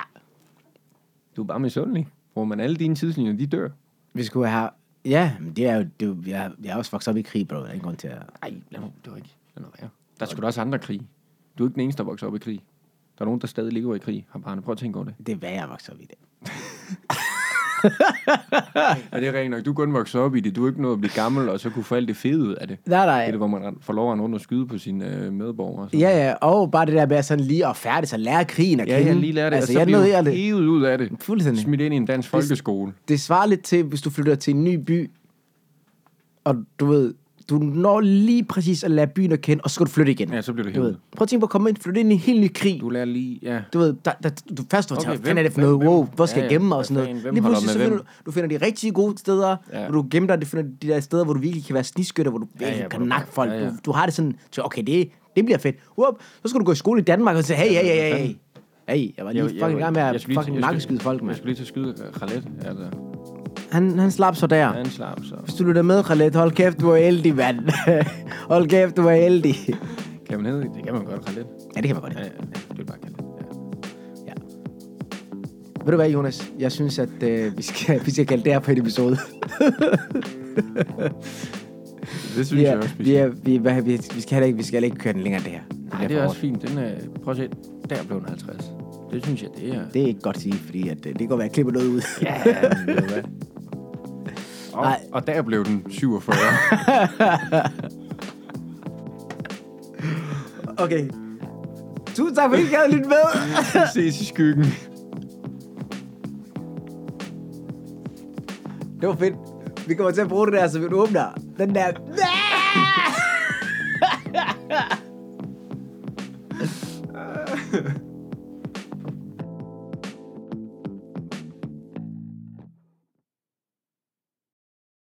Speaker 1: Du er bare misundelig. Hvor man alle dine tidslinjer, de dør.
Speaker 2: Vi skulle have... Ja, men det er jo... Det er, jo- jeg, jeg er også vokset op i krig, bro. Der er ingen grund til at...
Speaker 1: Nej, lad nu, det var ikke. Lad nu være. Der skulle også andre krig. Du er ikke den eneste, der vokser op i krig. Der er nogen, der stadig ligger i krig. Har barnet, prøv at tænke over det.
Speaker 2: Det er, hvad jeg er vokset op i det.
Speaker 1: Ja, det er rent nok. Du er kun vokset op i det. Du er ikke nået at blive gammel, og så kunne få alt det fede ud af det.
Speaker 2: Nej, nej.
Speaker 1: Det er det, hvor man ren- får lov at rende rundt og skyde på sine øh, medborgere. Så.
Speaker 2: Ja, ja, og bare det der med at sådan lige at færdig, så lære krigen at
Speaker 1: ja,
Speaker 2: kende.
Speaker 1: jeg lige lærer det.
Speaker 2: Altså,
Speaker 1: og så
Speaker 2: jeg
Speaker 1: bliver
Speaker 2: nåede jeg
Speaker 1: du
Speaker 2: det.
Speaker 1: hævet ud af det.
Speaker 2: Fuldstændig.
Speaker 1: Smidt ind i en dansk folkeskole.
Speaker 2: Det svarer lidt til, hvis du flytter til en ny by, og du ved, du når lige præcis at lade byen at kende, og så skal du flytte igen.
Speaker 1: Ja, så bliver du
Speaker 2: du ved.
Speaker 1: hævet.
Speaker 2: Prøv at tænke på at komme ind, flytte ind i en helt ny krig.
Speaker 1: Du lærer lige, ja.
Speaker 2: Du ved, der, der, du først du
Speaker 1: Okay,
Speaker 2: okay,
Speaker 1: hvem-
Speaker 2: finder det for
Speaker 1: hvem-
Speaker 2: noget, wow,
Speaker 1: hvem-
Speaker 2: hvor skal
Speaker 1: ja,
Speaker 2: jeg
Speaker 1: ja,
Speaker 2: gemme mig
Speaker 1: hvad
Speaker 2: og sådan
Speaker 1: fanden,
Speaker 2: noget.
Speaker 1: hvem
Speaker 2: Lige
Speaker 1: holder
Speaker 2: pludselig
Speaker 1: med
Speaker 2: så finder du,
Speaker 1: hvem?
Speaker 2: du finder de rigtig gode steder,
Speaker 1: Ja.
Speaker 2: ja. hvor du gemmer dig, du finder de der steder, hvor du virkelig kan være snidskytter, hvor du
Speaker 1: Ja,
Speaker 2: virkelig
Speaker 1: ja, hvor
Speaker 2: kan
Speaker 1: du-
Speaker 2: nakke folk.
Speaker 1: ja, ja.
Speaker 2: Du, du har det sådan, så okay, det, det bliver fedt. Whoop, så skal du gå i skole i Danmark og sige, hey, hey, hey, hey, hey. Hey, jeg var lige fucking i gang med at
Speaker 1: jeg skulle lige-
Speaker 2: fucking
Speaker 1: jeg skulle-
Speaker 2: nakkeskyde folk,
Speaker 1: Jeg
Speaker 2: mand.
Speaker 1: skulle lige til at skyde øh, Khaled, altså.
Speaker 2: Han, han slap så der.
Speaker 1: Han slap, så.
Speaker 2: Hvis du lytter med, Khaled, hold kæft, du er heldig, mand. hold kæft, du er heldig.
Speaker 1: Kan man hedde det? Det kan man godt, Khaled.
Speaker 2: Ja, det kan man godt.
Speaker 1: Ja, ja, ja, det er bare Khaled. Ja.
Speaker 2: Ja. Ved du hvad, Jonas? Jeg synes, at øh, vi, skal, vi skal kalde det her på en episode.
Speaker 1: Det synes
Speaker 2: vi,
Speaker 1: jeg
Speaker 2: er,
Speaker 1: også,
Speaker 2: vi, er, vi, hvad, vi, vi, skal heller ikke, vi skal heller ikke køre den længere, det her.
Speaker 1: Nej, det er også fint. Den er, prøv at se, der blev den 50. Det synes jeg, det er...
Speaker 2: Det er ikke godt at sige, fordi at, øh, det kan godt være, at jeg klipper noget ud.
Speaker 1: Ja, men ved du hvad? og,
Speaker 2: Nej.
Speaker 1: og der blev den 47.
Speaker 2: okay. Tusind tak, fordi I gad lytte med.
Speaker 1: Ses i skyggen.
Speaker 2: det var fedt. Vi kommer til at bruge det der, så vi åbner den der.